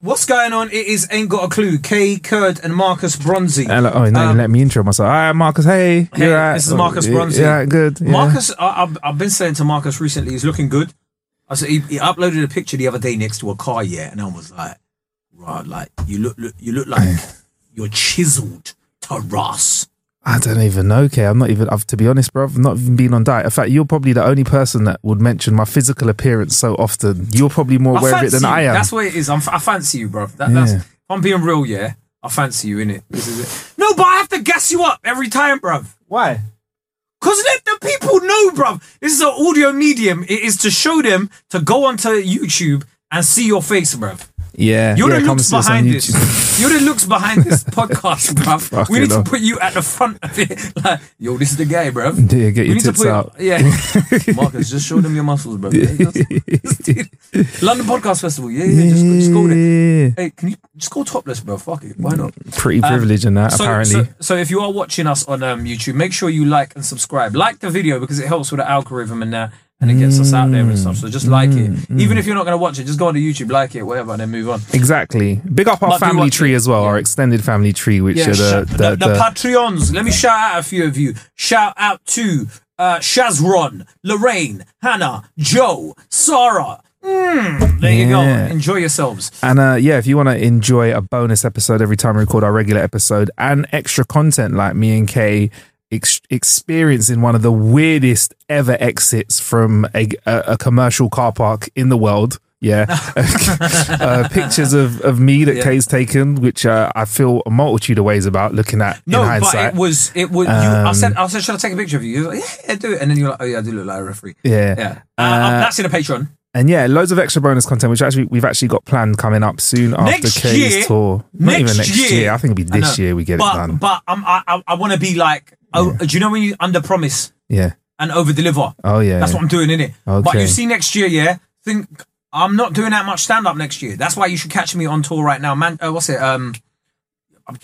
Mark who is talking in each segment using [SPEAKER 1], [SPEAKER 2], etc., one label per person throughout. [SPEAKER 1] What's going on? It is Ain't Got a Clue. Kay Kurd and Marcus Bronzy.
[SPEAKER 2] Hello. Oh, no,
[SPEAKER 1] Um,
[SPEAKER 2] let me intro myself. All right, Marcus. Hey,
[SPEAKER 1] Hey,
[SPEAKER 2] you're right.
[SPEAKER 1] this is Marcus
[SPEAKER 2] Yeah,
[SPEAKER 1] Bronzy.
[SPEAKER 2] Yeah, good. yeah.
[SPEAKER 1] Marcus, I, I've, I've been saying to Marcus recently, he's looking good. I said he, he uploaded a picture the other day next to a car, yeah, and I was like, "Right, like you look, look you look like you're chiseled to Ross."
[SPEAKER 2] I don't even know. Okay, I'm not even. I've to be honest, bro. I've not even been on diet. In fact, you're probably the only person that would mention my physical appearance so often. You're probably more aware of it than
[SPEAKER 1] fancy
[SPEAKER 2] I
[SPEAKER 1] you.
[SPEAKER 2] am.
[SPEAKER 1] That's what it is. I'm, f- I fancy you, bro. That, that's,
[SPEAKER 2] Yeah.
[SPEAKER 1] if I'm being real, yeah. I fancy you in it. This is it. No, but I have to gas you up every time, bro.
[SPEAKER 2] Why?
[SPEAKER 1] Cause let the people know, bruv. This is an audio medium. It is to show them to go onto YouTube and see your face, bruv.
[SPEAKER 2] Yeah.
[SPEAKER 1] You're the
[SPEAKER 2] yeah, come
[SPEAKER 1] looks
[SPEAKER 2] see us on
[SPEAKER 1] behind this.
[SPEAKER 2] YouTube.
[SPEAKER 1] You're the looks behind this podcast, bruv.
[SPEAKER 2] Fucking
[SPEAKER 1] We need to
[SPEAKER 2] hell.
[SPEAKER 1] put you at the front of it. Like, yo, this is the guy, bruv.
[SPEAKER 2] Yeah, get
[SPEAKER 1] We
[SPEAKER 2] your
[SPEAKER 1] need to
[SPEAKER 2] tits
[SPEAKER 1] put-
[SPEAKER 2] out.
[SPEAKER 1] Yeah. Marcus, just show them your muscles, bruv. London Podcast Festival. Yeah, yeah. Just, go- just go there.
[SPEAKER 2] Yeah.
[SPEAKER 1] Hey, can you just go topless, bro? Fuck it. Why not?
[SPEAKER 2] Pretty privileged in that,
[SPEAKER 1] Um, So-
[SPEAKER 2] apparently.
[SPEAKER 1] So, so if you are watching us on um, YouTube, make sure you like and subscribe. Like the video because it helps with the algorithm and that, and it gets us out there and stuff. So just like
[SPEAKER 2] Mm,
[SPEAKER 1] it, even if you're not going to watch it, just go on to YouTube, like it, whatever, and then move on.
[SPEAKER 2] Exactly. Big up our
[SPEAKER 1] But do
[SPEAKER 2] family
[SPEAKER 1] what-
[SPEAKER 2] tree as well,
[SPEAKER 1] yeah.
[SPEAKER 2] our extended family tree, which
[SPEAKER 1] Yeah,
[SPEAKER 2] are the,
[SPEAKER 1] shout- the, the Patreons. Let me shout out a few of you. Shout out to uh, Shazron, Lorraine, Hannah, Joe, Sarah. Mm, there you go.
[SPEAKER 2] Yeah.
[SPEAKER 1] Enjoy yourselves.
[SPEAKER 2] And uh, yeah, if you want to enjoy a bonus episode every time we record our regular episode and extra content like me and Kay ex- experiencing one of the weirdest ever exits from a, a, a commercial car park in the world. Yeah. uh, pictures of, of me that
[SPEAKER 1] Yeah.
[SPEAKER 2] Kay's taken, which uh, I feel a multitude of ways about looking at
[SPEAKER 1] No,
[SPEAKER 2] in
[SPEAKER 1] but
[SPEAKER 2] hindsight.
[SPEAKER 1] it was it was. you, I
[SPEAKER 2] Um,
[SPEAKER 1] said I said, should I take a picture of you? you were like, yeah, yeah, do it. And then you're like, oh yeah, I do look like a referee.
[SPEAKER 2] Yeah.
[SPEAKER 1] yeah. Uh,
[SPEAKER 2] Uh,
[SPEAKER 1] that's in a Patreon.
[SPEAKER 2] and yeah, loads of extra bonus content, which actually we've actually got planned coming up soon after
[SPEAKER 1] Next
[SPEAKER 2] Kay's
[SPEAKER 1] year-
[SPEAKER 2] tour. Not
[SPEAKER 1] next
[SPEAKER 2] even next year.
[SPEAKER 1] year.
[SPEAKER 2] I think it'll be
[SPEAKER 1] I
[SPEAKER 2] this
[SPEAKER 1] know.
[SPEAKER 2] year we get
[SPEAKER 1] but,
[SPEAKER 2] it done.
[SPEAKER 1] But um, I I, I want to be like, oh, do you know when you under promise
[SPEAKER 2] yeah.
[SPEAKER 1] and over deliver?
[SPEAKER 2] Oh yeah.
[SPEAKER 1] That's what I'm doing in it. But
[SPEAKER 2] Okay.
[SPEAKER 1] you see next year, yeah. Think I'm not doing that much stand up next year. That's why you should catch me on tour right now, man. Uh, what's it? Um,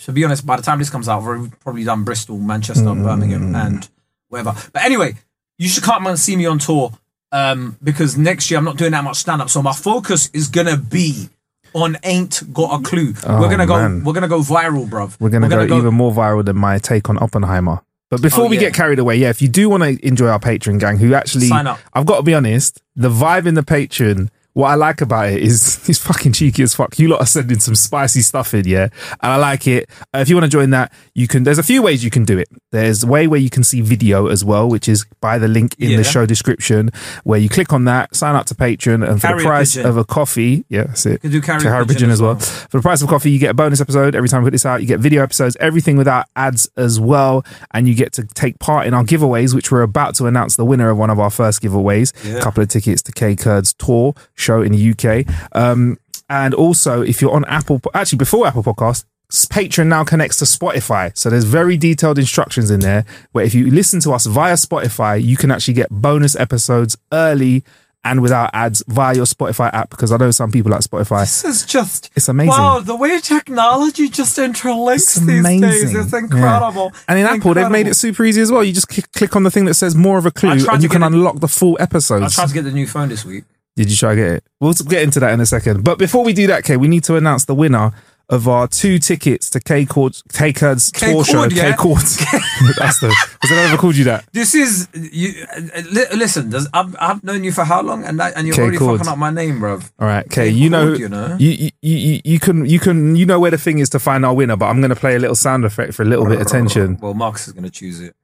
[SPEAKER 1] to be honest, by the time this comes out, we've probably done Bristol, Manchester,
[SPEAKER 2] Mm.
[SPEAKER 1] Birmingham, and whatever. But anyway, you should come and see me on tour um, because next year I'm not doing that much stand up. So my focus is gonna be on ain't got a clue.
[SPEAKER 2] Oh,
[SPEAKER 1] we're gonna go.
[SPEAKER 2] man.
[SPEAKER 1] We're gonna go viral, bruv.
[SPEAKER 2] We're going to go, even more viral than my take on Oppenheimer. But before
[SPEAKER 1] Oh,
[SPEAKER 2] we
[SPEAKER 1] yeah.
[SPEAKER 2] get carried away, yeah, if you do want to enjoy our Patreon gang, who actually,
[SPEAKER 1] Sign up.
[SPEAKER 2] I've got to be honest, the vibe in the Patreon, what I like about it is it's fucking cheeky as fuck. You lot are sending some spicy stuff in, yeah, and I like it. Uh, if you want to join that, you can. There's a few ways you can do it. There's a way where you can see video as well, which is by the link in
[SPEAKER 1] Yeah.
[SPEAKER 2] the show description, where you click on that, sign up to Patreon, and for
[SPEAKER 1] Carrier
[SPEAKER 2] the price
[SPEAKER 1] pigeon.
[SPEAKER 2] of a coffee, yeah, that's it.
[SPEAKER 1] Could do carrier
[SPEAKER 2] Carrier
[SPEAKER 1] pigeon
[SPEAKER 2] pigeon
[SPEAKER 1] as
[SPEAKER 2] as well.
[SPEAKER 1] well.
[SPEAKER 2] For the price of coffee, you get a bonus episode every time we put this out. You get video episodes, everything without ads as well. And you get to take part in our giveaways, which we're about to announce the winner of one of our first giveaways. A couple of tickets to K Curd's tour show in the UK. Um, and also, if you're on Apple, actually, before Apple Podcast, Patreon now connects to Spotify. So there's very detailed instructions in there where if you listen to us via Spotify, you can actually get bonus episodes early and without ads via your Spotify app because I know some people at Spotify
[SPEAKER 1] This is just
[SPEAKER 2] It's amazing.
[SPEAKER 1] Wow, the way technology just interlinks
[SPEAKER 2] It's
[SPEAKER 1] these
[SPEAKER 2] amazing.
[SPEAKER 1] days is
[SPEAKER 2] Yeah.
[SPEAKER 1] incredible.
[SPEAKER 2] And in Apple, they've made
[SPEAKER 1] Incredible.
[SPEAKER 2] it super easy as well. You just click, click on the thing that says more of a clue
[SPEAKER 1] I tried
[SPEAKER 2] and
[SPEAKER 1] to
[SPEAKER 2] you can
[SPEAKER 1] get it-
[SPEAKER 2] unlock the full
[SPEAKER 1] I
[SPEAKER 2] episodes.
[SPEAKER 1] tried to get the new phone this week.
[SPEAKER 2] Did you try to get it? We'll get into that in a second. But before we do that, Kay, we need to announce the winner of our two tickets to K Cord's K Cord's
[SPEAKER 1] K
[SPEAKER 2] tour show.
[SPEAKER 1] Cord, yeah?
[SPEAKER 2] K Cord's. That's the. Was I ever called you that?
[SPEAKER 1] This is you. uh, uh, li- listen, does, I've, I've known you for how long, and that, and you're
[SPEAKER 2] Okay,
[SPEAKER 1] already
[SPEAKER 2] cool.
[SPEAKER 1] fucking up my name, bruv.
[SPEAKER 2] All right,
[SPEAKER 1] K
[SPEAKER 2] okay. You know,
[SPEAKER 1] Cord, you know.
[SPEAKER 2] you, you you you can you can you know where the thing is to find our winner. But I'm going to play a little sound effect for a little bit of tension.
[SPEAKER 1] Well, Marcus is gonna choose it.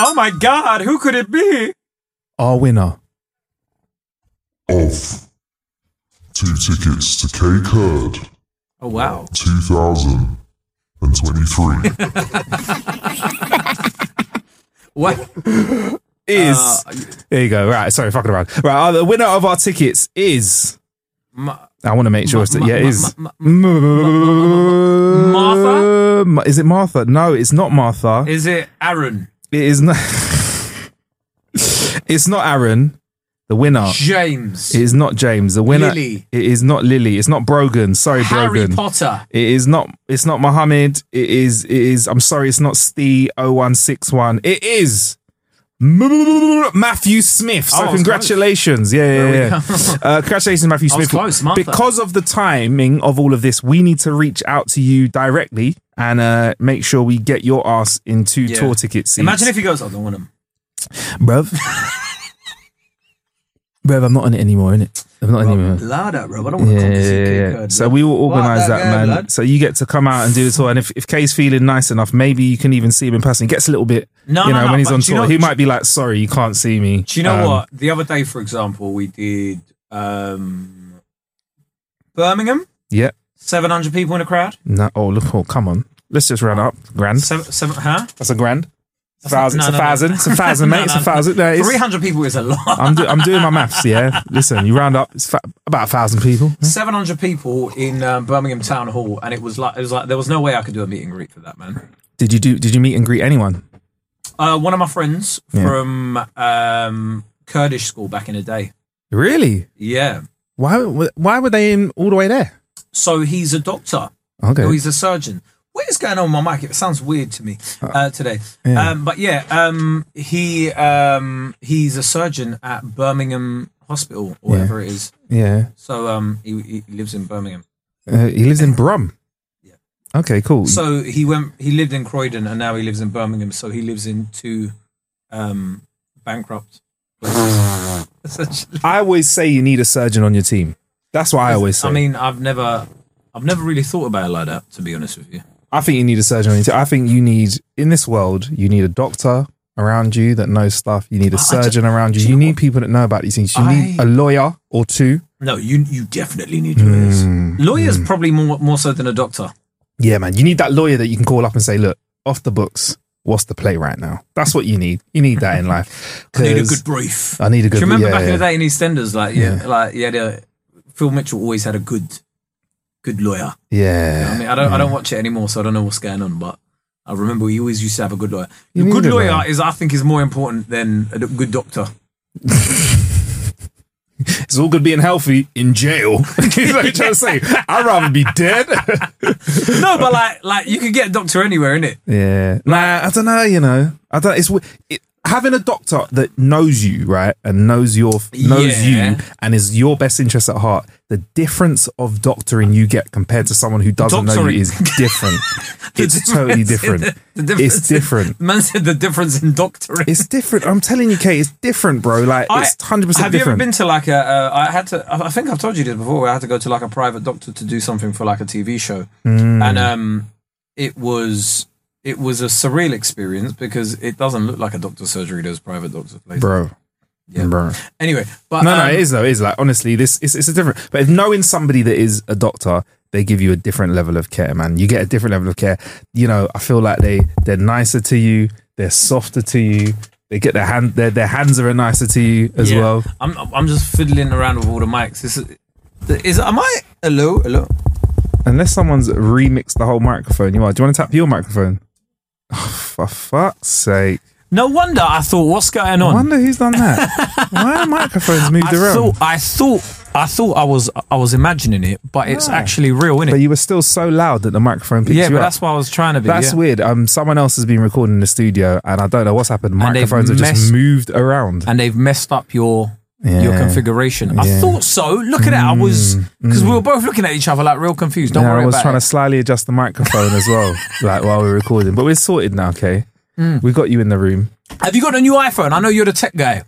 [SPEAKER 1] Oh my God! Who could it be?
[SPEAKER 2] Our
[SPEAKER 1] Uh,
[SPEAKER 2] winner.
[SPEAKER 3] off. Two tickets to K Curd
[SPEAKER 1] Oh wow!
[SPEAKER 3] 2023.
[SPEAKER 1] What?
[SPEAKER 2] Is
[SPEAKER 1] Uh,
[SPEAKER 2] there you go right? Sorry, fucking around. Right, uh, the winner of our tickets is.
[SPEAKER 1] Ma-
[SPEAKER 2] I want to make sure.
[SPEAKER 1] Ma-
[SPEAKER 2] it's
[SPEAKER 1] ma-
[SPEAKER 2] yeah, it
[SPEAKER 1] ma-
[SPEAKER 2] is
[SPEAKER 1] ma-
[SPEAKER 2] Martha.
[SPEAKER 1] Martha?
[SPEAKER 2] Is it Martha? No, it's not Martha.
[SPEAKER 1] Is it Aaron?
[SPEAKER 2] It is not. it's not Aaron, the winner.
[SPEAKER 1] James?
[SPEAKER 2] It is not James, the winner.
[SPEAKER 1] Lily.
[SPEAKER 2] It is not Lily. It's not Brogan. Sorry,
[SPEAKER 1] Harry
[SPEAKER 2] Brogan.
[SPEAKER 1] Potter?
[SPEAKER 2] It is not. It's not Mohammed. It is. It is. I'm sorry. It's not Steve 0161. It is Matthew Smith.
[SPEAKER 1] Oh, I
[SPEAKER 2] So
[SPEAKER 1] was
[SPEAKER 2] congratulations. Yeah, yeah,
[SPEAKER 1] There we
[SPEAKER 2] yeah. Uh, congratulations, Matthew
[SPEAKER 1] I was
[SPEAKER 2] Smith.
[SPEAKER 1] close, Martha.
[SPEAKER 2] because of the timing of all of this, we need to reach out to you directly and uh, make sure we get your ass into
[SPEAKER 1] Yeah.
[SPEAKER 2] tour ticket seats.
[SPEAKER 1] Imagine if he goes, "Oh, I don't want him.
[SPEAKER 2] bruv. bruv, I'm not on it anymore, innit? I'm not on it anymore.
[SPEAKER 1] Louder, bro. I don't want to
[SPEAKER 2] Yeah, yeah, yeah. So we will organise that, man. So you get to come out and do the tour, and if, if Kay's feeling nice enough, maybe you can even see him in person. He gets a little bit,
[SPEAKER 1] No,
[SPEAKER 2] you
[SPEAKER 1] no,
[SPEAKER 2] know,
[SPEAKER 1] no,
[SPEAKER 2] when he's
[SPEAKER 1] but
[SPEAKER 2] on
[SPEAKER 1] do you
[SPEAKER 2] tour,
[SPEAKER 1] know-
[SPEAKER 2] he might be like, "Sorry, you can't see me."
[SPEAKER 1] Do you know
[SPEAKER 2] Um,
[SPEAKER 1] what? The other day, for example, we did um, Birmingham.
[SPEAKER 2] Yeah.
[SPEAKER 1] Seven hundred people in a crowd.
[SPEAKER 2] No. Oh, look! Oh, come on. Let's just round up. Grand.
[SPEAKER 1] Seven, seven huh?
[SPEAKER 2] That's a grand.
[SPEAKER 1] That's not-
[SPEAKER 2] thousand.
[SPEAKER 1] no,
[SPEAKER 2] Hmm? it's a
[SPEAKER 1] no, no.
[SPEAKER 2] thousand. It's a thousand,
[SPEAKER 1] No,
[SPEAKER 2] mate. It's a
[SPEAKER 1] no,
[SPEAKER 2] thousand. No, it's- Uh-huh.
[SPEAKER 1] Three hundred people is a lot.
[SPEAKER 2] I'm, do, I'm doing my maths. Yeah. Listen, you round up. It's fa- about a thousand people.
[SPEAKER 1] Seven hundred people in um, Birmingham Town Hall, and it was like it was like there was no way I could do a meet and greet for that man.
[SPEAKER 2] Did you do? Did you meet and greet anyone?
[SPEAKER 1] Uh, one of my friends
[SPEAKER 2] Yeah.
[SPEAKER 1] from um, Kurdish school back in the day.
[SPEAKER 2] Really?
[SPEAKER 1] Yeah.
[SPEAKER 2] Why? Why were they in all the way there?
[SPEAKER 1] So he's a doctor.
[SPEAKER 2] Okay.
[SPEAKER 1] No, Oh, he's a surgeon. What is going on with my mic? It sounds weird to me uh, today.
[SPEAKER 2] yeah.
[SPEAKER 1] Um, but yeah, um, he um, he's a surgeon at Birmingham Hospital, or
[SPEAKER 2] Yeah.
[SPEAKER 1] whatever it is.
[SPEAKER 2] yeah.
[SPEAKER 1] So um, he, he lives in Birmingham.
[SPEAKER 2] Uh, he lives in Brum. Okay, cool.
[SPEAKER 1] So he went. He lived in Croydon, and now he lives in Birmingham. So he lives in two um, bankrupt. places, essentially.
[SPEAKER 2] I always say you need a surgeon on your team. That's what I always say.
[SPEAKER 1] I mean, I've never, I've never really thought about it like that. To be honest with you,
[SPEAKER 2] I think you need a surgeon on your team. I think you need in this world, you need a doctor around you that knows stuff. You need a
[SPEAKER 1] I- I ju-
[SPEAKER 2] surgeon around you.
[SPEAKER 1] do you
[SPEAKER 2] You
[SPEAKER 1] know
[SPEAKER 2] need
[SPEAKER 1] what?
[SPEAKER 2] people that know about these things. You need
[SPEAKER 1] I-
[SPEAKER 2] a lawyer or two.
[SPEAKER 1] no, you you definitely need lawyers.
[SPEAKER 2] Mm,
[SPEAKER 1] lawyers probably more more so than a doctor.
[SPEAKER 2] Yeah, man. You need that lawyer that you can call up and say, "Look, off the books. What's the play right now?" That's what you need. You need that in life.
[SPEAKER 1] I need a
[SPEAKER 2] 'Cause
[SPEAKER 1] good brief.
[SPEAKER 2] I need a
[SPEAKER 1] Do
[SPEAKER 2] good.
[SPEAKER 1] you remember
[SPEAKER 2] yeah,
[SPEAKER 1] back
[SPEAKER 2] yeah.
[SPEAKER 1] in the day in EastEnders, like yeah,
[SPEAKER 2] Yeah.
[SPEAKER 1] like yeah, the, Phil Mitchell always had a good, good lawyer.
[SPEAKER 2] Yeah.
[SPEAKER 1] I mean, I don't, I don't watch it anymore, so I don't know what's going on, but. I remember he always used to have a good lawyer.
[SPEAKER 2] You
[SPEAKER 1] The
[SPEAKER 2] need
[SPEAKER 1] good
[SPEAKER 2] a
[SPEAKER 1] lawyer
[SPEAKER 2] lawyer.
[SPEAKER 1] is, I think, is more important than a good doctor.
[SPEAKER 2] It's all good being healthy in jail. He's like trying to say, I'd rather be dead.
[SPEAKER 1] no, but like, like you could get a doctor anywhere, innit?
[SPEAKER 2] Yeah. Nah, I don't know, you know. I don't it's w- it, having a doctor that knows you, right? And knows your knows
[SPEAKER 1] Yeah.
[SPEAKER 2] you and is your best interest at heart. The difference of doctoring you get compared to someone who doesn't know
[SPEAKER 1] Doctoring.
[SPEAKER 2] you is different. it's totally different.
[SPEAKER 1] The difference-
[SPEAKER 2] It's different.
[SPEAKER 1] Man said the difference in doctoring.
[SPEAKER 2] It's different. I'm telling you, Kate, it's different, bro. Like
[SPEAKER 1] I-
[SPEAKER 2] it's hundred percent
[SPEAKER 1] Have you ever
[SPEAKER 2] different.
[SPEAKER 1] been to like a? Uh, I had to. I I think I've told you this before. Where I had to go to like a private doctor to do something for like a TV show,
[SPEAKER 2] Hmm.
[SPEAKER 1] and um, it was it was a surreal experience because it doesn't look like a doctor's surgery does private doctor's place.
[SPEAKER 2] bro. Bro.
[SPEAKER 1] Anyway, but
[SPEAKER 2] No, no,
[SPEAKER 1] um,
[SPEAKER 2] it is though. It is like honestly, this it's, it's a different. But if knowing somebody that is a doctor, they give you a different level of care, man. You get a different level of care. You know, I feel like they they're nicer to you. They're softer to you. They get their hand their their hands are nicer to you as
[SPEAKER 1] Yeah.
[SPEAKER 2] well.
[SPEAKER 1] I'm I'm just fiddling around with all the mics. This is, is am I hello hello?
[SPEAKER 2] Unless someone's remixed the whole microphone, you are. Do you want to tap your microphone? Oh, for fuck's sake!
[SPEAKER 1] No wonder I thought, what's going
[SPEAKER 2] I
[SPEAKER 1] on?
[SPEAKER 2] wonder who's done that. Why are microphones moved
[SPEAKER 1] I
[SPEAKER 2] around?
[SPEAKER 1] thought, I thought, I thought I was, I was imagining it, but it's
[SPEAKER 2] Ah.
[SPEAKER 1] actually real,
[SPEAKER 2] But
[SPEAKER 1] innit?
[SPEAKER 2] you were still so loud that the microphone picked
[SPEAKER 1] Yeah,
[SPEAKER 2] you
[SPEAKER 1] but
[SPEAKER 2] up.
[SPEAKER 1] that's what I was trying to be.
[SPEAKER 2] That's
[SPEAKER 1] yeah.
[SPEAKER 2] weird. Um, someone else has been recording in the studio, and I don't know what's happened.
[SPEAKER 1] And they've
[SPEAKER 2] Microphones have just
[SPEAKER 1] messed-
[SPEAKER 2] moved around.
[SPEAKER 1] and they've messed up your your
[SPEAKER 2] Yeah.
[SPEAKER 1] configuration.
[SPEAKER 2] Yeah. Mm.
[SPEAKER 1] I thought so. Look at it. I was because we were both looking at each other like real confused. Don't
[SPEAKER 2] yeah,
[SPEAKER 1] worry
[SPEAKER 2] I was
[SPEAKER 1] about
[SPEAKER 2] trying
[SPEAKER 1] it.
[SPEAKER 2] to slyly adjust the microphone as well, like while we were recording. But we're sorted now, okay?
[SPEAKER 1] Hmm.
[SPEAKER 2] We got you in the room.
[SPEAKER 1] Have you got a new iPhone? I know you're the tech guy.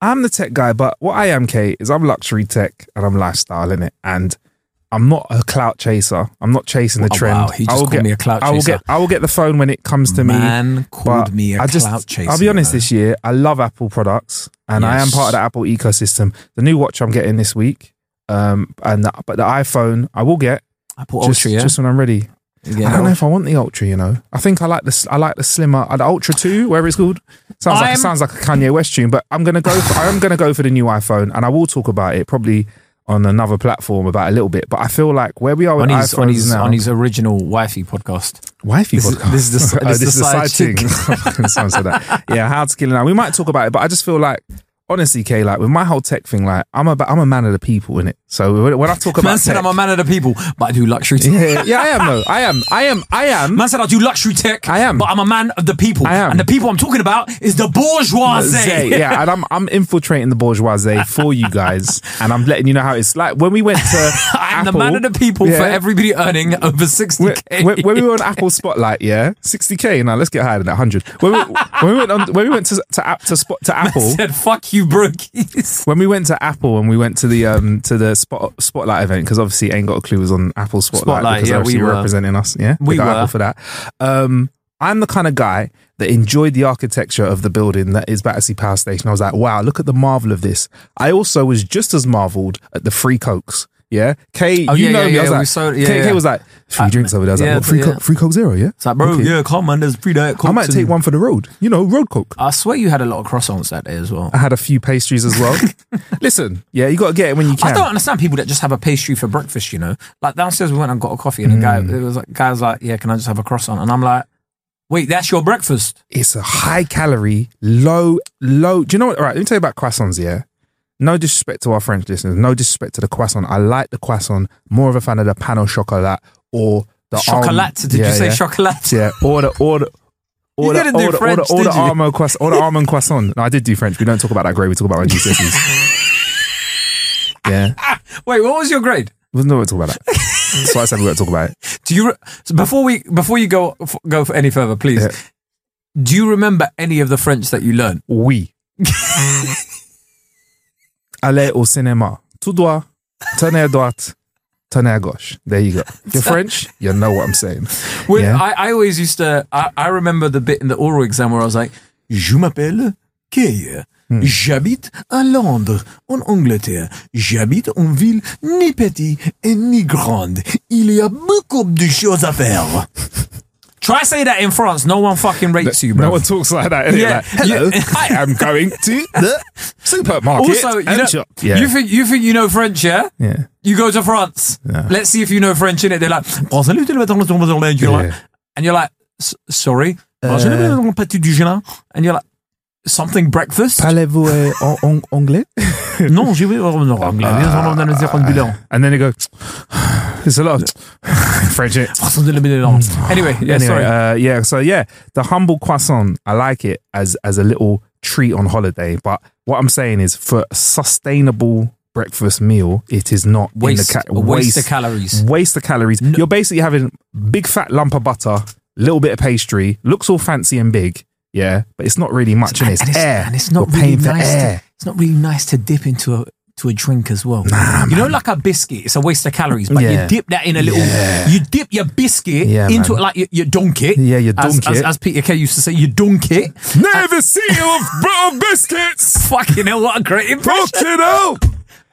[SPEAKER 2] I'm the tech guy, but what I am, Kate, is I'm luxury tech and I'm lifestyle in it, and I'm not a clout chaser. I'm not chasing the
[SPEAKER 1] Oh,
[SPEAKER 2] trend.
[SPEAKER 1] wow, he just
[SPEAKER 2] I will
[SPEAKER 1] called
[SPEAKER 2] get,
[SPEAKER 1] me a clout
[SPEAKER 2] I will
[SPEAKER 1] chaser.
[SPEAKER 2] get. I will get the phone when it comes to me.
[SPEAKER 1] Man called
[SPEAKER 2] but
[SPEAKER 1] me a
[SPEAKER 2] I just,
[SPEAKER 1] clout chaser.
[SPEAKER 2] I'll be honest.
[SPEAKER 1] man.
[SPEAKER 2] This year, I love Apple products, and I am
[SPEAKER 1] Yes.
[SPEAKER 2] part of the Apple ecosystem. The new watch I'm getting this week, um, and the, but the iPhone I will get
[SPEAKER 1] Apple
[SPEAKER 2] just,
[SPEAKER 1] Ultra. Yeah?
[SPEAKER 2] just when I'm ready.
[SPEAKER 1] Yeah.
[SPEAKER 2] I don't know if I want the Ultra. You know, I think I like the s- I like the slimmer. uh, The Ultra Two, whatever it's called, sounds like
[SPEAKER 1] I'm-
[SPEAKER 2] sounds like a Kanye West tune. But I'm gonna go. For, I'm gonna go for the new iPhone, and I will talk about it probably on another platform about a little bit. But I feel like where we are with
[SPEAKER 1] on his,
[SPEAKER 2] iPhones
[SPEAKER 1] on, his,
[SPEAKER 2] now.
[SPEAKER 1] on his original wifey podcast.
[SPEAKER 2] wifey
[SPEAKER 1] this is-
[SPEAKER 2] podcast.
[SPEAKER 1] this is the-
[SPEAKER 2] Oh,
[SPEAKER 1] this is the side
[SPEAKER 2] thing. Someone said that. Yeah, how to kill it now. We might talk about it, but I just feel like. Honestly, Kay, like with my whole tech thing, like I'm a I'm a man of the people in it. So when- when I talk about
[SPEAKER 1] Man said
[SPEAKER 2] tech-
[SPEAKER 1] I'm a man of the people, but I do luxury tech.
[SPEAKER 2] yeah, yeah, I am though. I am, I am, I am.
[SPEAKER 1] Man said I do luxury tech.
[SPEAKER 2] I am.
[SPEAKER 1] but I'm a man of the people.
[SPEAKER 2] I am.
[SPEAKER 1] and the people I'm talking about is the bourgeoisie.
[SPEAKER 2] Zay, yeah, and I'm I'm infiltrating the bourgeoisie for you guys, and I'm letting you know how it's like. When we went to,
[SPEAKER 1] I'm the
[SPEAKER 2] Apple-
[SPEAKER 1] man of the people for
[SPEAKER 2] Yeah.
[SPEAKER 1] everybody earning over 60k.
[SPEAKER 2] When, when- when we were on Apple Spotlight, yeah, sixty k. Now let's get higher than that, hundred. When we, when we went on, when we went to to, app, to spot to Apple,
[SPEAKER 1] said, "Fuck you, brookies."
[SPEAKER 2] when we went to Apple and we went to the um to the spot, spotlight event because obviously ain't got a clue was on Apple spotlight,
[SPEAKER 1] Spotlight,
[SPEAKER 2] because
[SPEAKER 1] yeah,
[SPEAKER 2] obviously
[SPEAKER 1] we
[SPEAKER 2] you're
[SPEAKER 1] were.
[SPEAKER 2] representing us yeah
[SPEAKER 1] We
[SPEAKER 2] Big up
[SPEAKER 1] were.
[SPEAKER 2] Apple for that. Um, I'm the kind of guy that enjoyed the architecture of the building that is Battersea Power Station. I was like, wow, look at the marvel of this. I also was just as marvelled at the free cokes. Yeah, Kay,
[SPEAKER 1] Oh,
[SPEAKER 2] you
[SPEAKER 1] yeah,
[SPEAKER 2] know
[SPEAKER 1] yeah,
[SPEAKER 2] me. I was
[SPEAKER 1] yeah, we
[SPEAKER 2] like,
[SPEAKER 1] saw it, yeah,
[SPEAKER 2] Kay,
[SPEAKER 1] yeah. Uh,
[SPEAKER 2] Kay was like, free drinks over there. I was like,
[SPEAKER 1] yeah,
[SPEAKER 2] what, free,
[SPEAKER 1] yeah.
[SPEAKER 2] coke, free coke zero, yeah.
[SPEAKER 1] It's like, bro,
[SPEAKER 2] Okay.
[SPEAKER 1] yeah, come on, there's pre diet.
[SPEAKER 2] I might take one for the road. You know, road coke.
[SPEAKER 1] I swear you had a lot of croissants that day as well.
[SPEAKER 2] I had a few pastries as well. Listen, yeah, you got to get it when you can.
[SPEAKER 1] I don't understand people that just have a pastry for breakfast. You know, like downstairs we went and got a coffee, and the guy,
[SPEAKER 2] Mm.
[SPEAKER 1] it was like, guy was like, "Yeah, can I just have a croissant?" And I'm like, "Wait, that's your breakfast?
[SPEAKER 2] it's a high calorie, low, low. Do you know what? All right, let me tell you about croissants, yeah? No disrespect to our French listeners, no disrespect to the croissant. I like the croissant, more of a fan of the pan au chocolat or the
[SPEAKER 1] Chocolate?
[SPEAKER 2] almond-
[SPEAKER 1] Did you
[SPEAKER 2] Uh, um, Yeah,
[SPEAKER 1] say
[SPEAKER 2] yeah.
[SPEAKER 1] chocolate?
[SPEAKER 2] Yeah, or the, or the,
[SPEAKER 1] You
[SPEAKER 2] or the,
[SPEAKER 1] didn't do
[SPEAKER 2] or the,
[SPEAKER 1] French,
[SPEAKER 2] or the, or the,
[SPEAKER 1] did you?
[SPEAKER 2] almond croissant, or the almond croissant. No, I did do French. We don't talk about that grade. We talk about our GCSEs. yeah,
[SPEAKER 1] Wait, what was your grade?
[SPEAKER 2] we're not going to talk about that. That's why I said we got to talk about it.
[SPEAKER 1] Do you re- so before we before you go f- go for any further, please?
[SPEAKER 2] Yeah.
[SPEAKER 1] Do you remember any of the French that you learned?
[SPEAKER 2] Oui. Aller au cinéma. Tout droit. Tournez à droite. Tournez à gauche. There you go. You're French? You know what I'm saying.
[SPEAKER 1] When
[SPEAKER 2] Yeah.
[SPEAKER 1] I, I always used to, I, I remember the bit in the oral exam where I was like, Je m'appelle Kay.
[SPEAKER 2] Hmm.
[SPEAKER 1] J'habite à Londres, en Angleterre. J'habite en ville ni petite et ni grande. Il y a beaucoup de choses à faire. Try say that in France. No one fucking rates you, bro.
[SPEAKER 2] No one talks like that. innit?
[SPEAKER 1] Yeah.
[SPEAKER 2] Like, hello,
[SPEAKER 1] Yeah.
[SPEAKER 2] I am going to the supermarket.
[SPEAKER 1] also, you,
[SPEAKER 2] and
[SPEAKER 1] know,
[SPEAKER 2] shop. Yeah.
[SPEAKER 1] you think you think you know French, yeah?
[SPEAKER 2] yeah.
[SPEAKER 1] You go to France.
[SPEAKER 2] Yeah.
[SPEAKER 1] Let's see if you know French in it. They're like, "Oh, salut, tu le bateau, tu le bateau, tu le bateau."
[SPEAKER 2] Yeah.
[SPEAKER 1] and you're like, "S- sorry, Oh, je le
[SPEAKER 2] Euh,
[SPEAKER 1] bateau, le petit déjeuner." and you're like, something breakfast?
[SPEAKER 2] Parlez-vous euh, en, en anglais?
[SPEAKER 1] non, je vais en anglais.
[SPEAKER 2] Ah, And then they go, it's a lot. of French. innit?
[SPEAKER 1] Anyway, yeah,
[SPEAKER 2] hmm. anyway,
[SPEAKER 1] sorry.
[SPEAKER 2] Uh, yeah, so yeah, the humble croissant, I like it as as a little treat on holiday. But what I'm saying is, for a sustainable breakfast meal, it is not in the
[SPEAKER 1] Waste-
[SPEAKER 2] ca-
[SPEAKER 1] a waste of calories.
[SPEAKER 2] Waste of calories. You're basically having big fat lump of butter, little bit of pastry, looks all fancy and big. Yeah, but it's not really much in it. It's,
[SPEAKER 1] and, it's,
[SPEAKER 2] air.
[SPEAKER 1] and it's not
[SPEAKER 2] We're
[SPEAKER 1] really
[SPEAKER 2] paying
[SPEAKER 1] nice.
[SPEAKER 2] for air.
[SPEAKER 1] To, it's not really nice to dip into a to a drink as well. you know, like a biscuit, it's a waste of calories. But
[SPEAKER 2] Yeah.
[SPEAKER 1] you dip that in a little.
[SPEAKER 2] Yeah.
[SPEAKER 1] You dip your biscuit
[SPEAKER 2] Yeah,
[SPEAKER 1] into
[SPEAKER 2] man.
[SPEAKER 1] it like you, you dunk it.
[SPEAKER 2] Yeah, Hmm? you
[SPEAKER 1] as-
[SPEAKER 2] dunk
[SPEAKER 1] as,
[SPEAKER 2] it.
[SPEAKER 1] As, Peter Kay used to say, you dunk it. Uh,
[SPEAKER 2] Never see you of butter biscuits.
[SPEAKER 1] Fucking hell! What a great impression.
[SPEAKER 2] Fucking hell.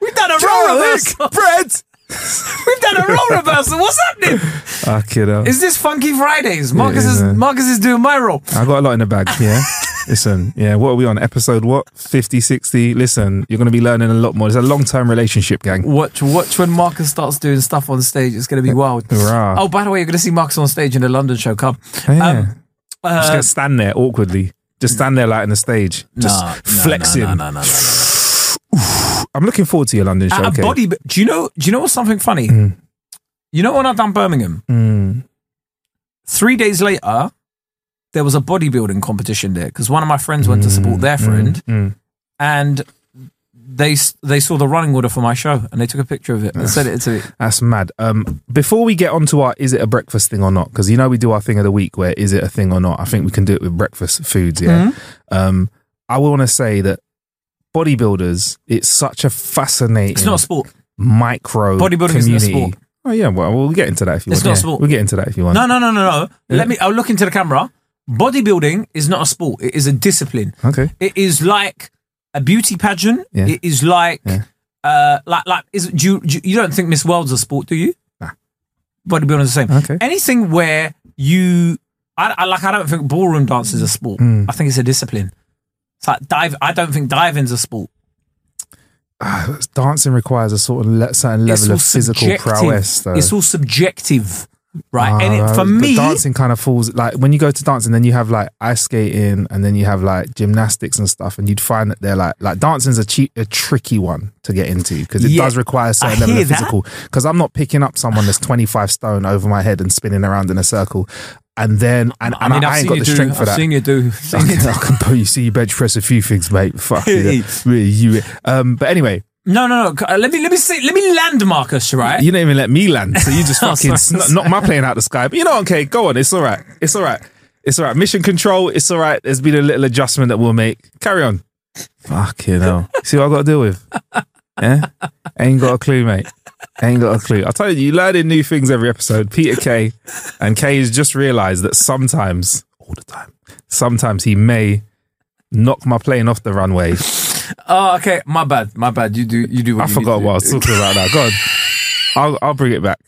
[SPEAKER 1] We've done a role
[SPEAKER 2] Garlic
[SPEAKER 1] reversal.
[SPEAKER 2] bread.
[SPEAKER 1] We've done a role reversal. What's happening?
[SPEAKER 2] Ah, kiddo.
[SPEAKER 1] Is this Funky Fridays? Marcus
[SPEAKER 2] is,
[SPEAKER 1] is
[SPEAKER 2] man.
[SPEAKER 1] Marcus is doing my role.
[SPEAKER 2] I got a lot in the bag. Yeah. Listen, yeah, what are we on? Episode what? 50, 60? Listen, you're going to be learning a lot more. It's a long term relationship, gang.
[SPEAKER 1] Watch, watch when Marcus starts doing stuff on stage. It's going to be wild.
[SPEAKER 2] Uh, Hurrah.
[SPEAKER 1] Oh, by the way, you're going to see Marcus on stage in the London show. Come.
[SPEAKER 2] Yeah.
[SPEAKER 1] Um,
[SPEAKER 2] Just
[SPEAKER 1] uh,
[SPEAKER 2] going to stand there awkwardly. Just stand there like in the stage, just
[SPEAKER 1] Mm. Nah, nah,
[SPEAKER 2] flexing.
[SPEAKER 1] nah, nah, nah, nah, nah, nah.
[SPEAKER 2] I'm looking forward to your London show.
[SPEAKER 1] At
[SPEAKER 2] okay. Hmm.
[SPEAKER 1] a body, bu- do you know? Do you know what's something funny? You know when I done Birmingham,
[SPEAKER 2] Mm.
[SPEAKER 1] three days later, there was a bodybuilding competition there because one of my friends went to support their friend,
[SPEAKER 2] mm.
[SPEAKER 1] and they s- they saw the running order for my show and they took a picture of it and sent it to me.
[SPEAKER 2] That's mad. Um, before we get on to our is it a breakfast thing or not, because you know we do our thing of the week where is it a thing or not. I think we can do it with breakfast foods. Yeah.
[SPEAKER 1] Mm-hmm.
[SPEAKER 2] Um, I want to say that bodybuilders, it's such a fascinating.
[SPEAKER 1] It's not a sport.
[SPEAKER 2] micro
[SPEAKER 1] Bodybuilding
[SPEAKER 2] community.
[SPEAKER 1] isn't a sport.
[SPEAKER 2] Oh yeah, well we'll get into that if you
[SPEAKER 1] It's
[SPEAKER 2] want.
[SPEAKER 1] not a
[SPEAKER 2] yeah.
[SPEAKER 1] sport.
[SPEAKER 2] We'll get into that if you want.
[SPEAKER 1] No, no, no, no, no. Let me. I'll look into the camera. Bodybuilding is not a sport. It is a discipline.
[SPEAKER 2] Okay.
[SPEAKER 1] It is like a beauty pageant.
[SPEAKER 2] Yeah.
[SPEAKER 1] It is like,
[SPEAKER 2] Yeah.
[SPEAKER 1] uh, like, like. Is do you, do you, you don't think Miss World's a sport, do you? Bodybuilding is the same.
[SPEAKER 2] Okay.
[SPEAKER 1] Anything where you, I, I like. I don't think ballroom dance is a sport.
[SPEAKER 2] Hmm.
[SPEAKER 1] I think it's a discipline. It's like dive. I don't think diving's a sport.
[SPEAKER 2] Dancing requires a sort of le- certain
[SPEAKER 1] it's
[SPEAKER 2] level
[SPEAKER 1] all
[SPEAKER 2] of physical
[SPEAKER 1] subjective.
[SPEAKER 2] prowess. Though.
[SPEAKER 1] It's all subjective, right?
[SPEAKER 2] Ah,
[SPEAKER 1] and it,
[SPEAKER 2] right.
[SPEAKER 1] for
[SPEAKER 2] But
[SPEAKER 1] me,
[SPEAKER 2] dancing kind of falls like when you go to dancing, then you have like ice skating, and then you have like gymnastics and stuff, and you'd find that they're like like dancing's a cheap, a tricky one to get into because it
[SPEAKER 1] Yeah,
[SPEAKER 2] does require a
[SPEAKER 1] I
[SPEAKER 2] certain level
[SPEAKER 1] hear
[SPEAKER 2] of
[SPEAKER 1] that.
[SPEAKER 2] physical. Because I'm not picking up someone that's 25 stone over my head and spinning around in a circle, and then and, and I, I ain't got the
[SPEAKER 1] do,
[SPEAKER 2] strength for
[SPEAKER 1] I've
[SPEAKER 2] that.
[SPEAKER 1] Seen you do. Seen you do.
[SPEAKER 2] I can probably see you bench press a few things, mate. Fuck you, really, you. Um, but anyway,
[SPEAKER 1] No, no, no. c- uh, Let me, let me see. Let me land Marcus, right?
[SPEAKER 2] you didn't even let me land, so you just
[SPEAKER 1] Oh,
[SPEAKER 2] fucking
[SPEAKER 1] sorry.
[SPEAKER 2] sn- knocked my plane out the sky. But you know, okay, go on. It's all right. It's all right. It's all right. Mission control. It's all right. There's been a little adjustment that we'll make. Carry on. Fucking hell. See what I got to deal with? Yeah, ain't got a clue, mate. Ain't got a clue. I tell you, you learning new things every episode. Peter K and K has just realised that sometimes, all the time, sometimes he may knock my plane off the runway
[SPEAKER 1] Oh, okay. My bad. My bad. You do. You do. What
[SPEAKER 2] I
[SPEAKER 1] you
[SPEAKER 2] forgot
[SPEAKER 1] need to
[SPEAKER 2] what I
[SPEAKER 1] do.
[SPEAKER 2] was talking about now. Go on. I'll, I'll bring it back.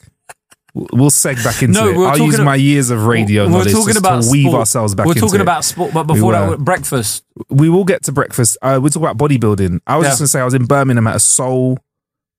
[SPEAKER 2] We'll we'll seg back into
[SPEAKER 1] No,
[SPEAKER 2] it.
[SPEAKER 1] we're
[SPEAKER 2] I'll
[SPEAKER 1] talking
[SPEAKER 2] use
[SPEAKER 1] ab-
[SPEAKER 2] my years of radio
[SPEAKER 1] We're
[SPEAKER 2] knowledge
[SPEAKER 1] talking
[SPEAKER 2] just
[SPEAKER 1] about
[SPEAKER 2] to weave
[SPEAKER 1] sport.
[SPEAKER 2] ourselves back
[SPEAKER 1] We're
[SPEAKER 2] into
[SPEAKER 1] talking
[SPEAKER 2] it.
[SPEAKER 1] about sport, but before
[SPEAKER 2] We
[SPEAKER 1] that,
[SPEAKER 2] were.
[SPEAKER 1] breakfast.
[SPEAKER 2] we will get to breakfast. Uh, we'll talk about bodybuilding. I was
[SPEAKER 1] Yeah.
[SPEAKER 2] just going to say, I was in Birmingham at a soul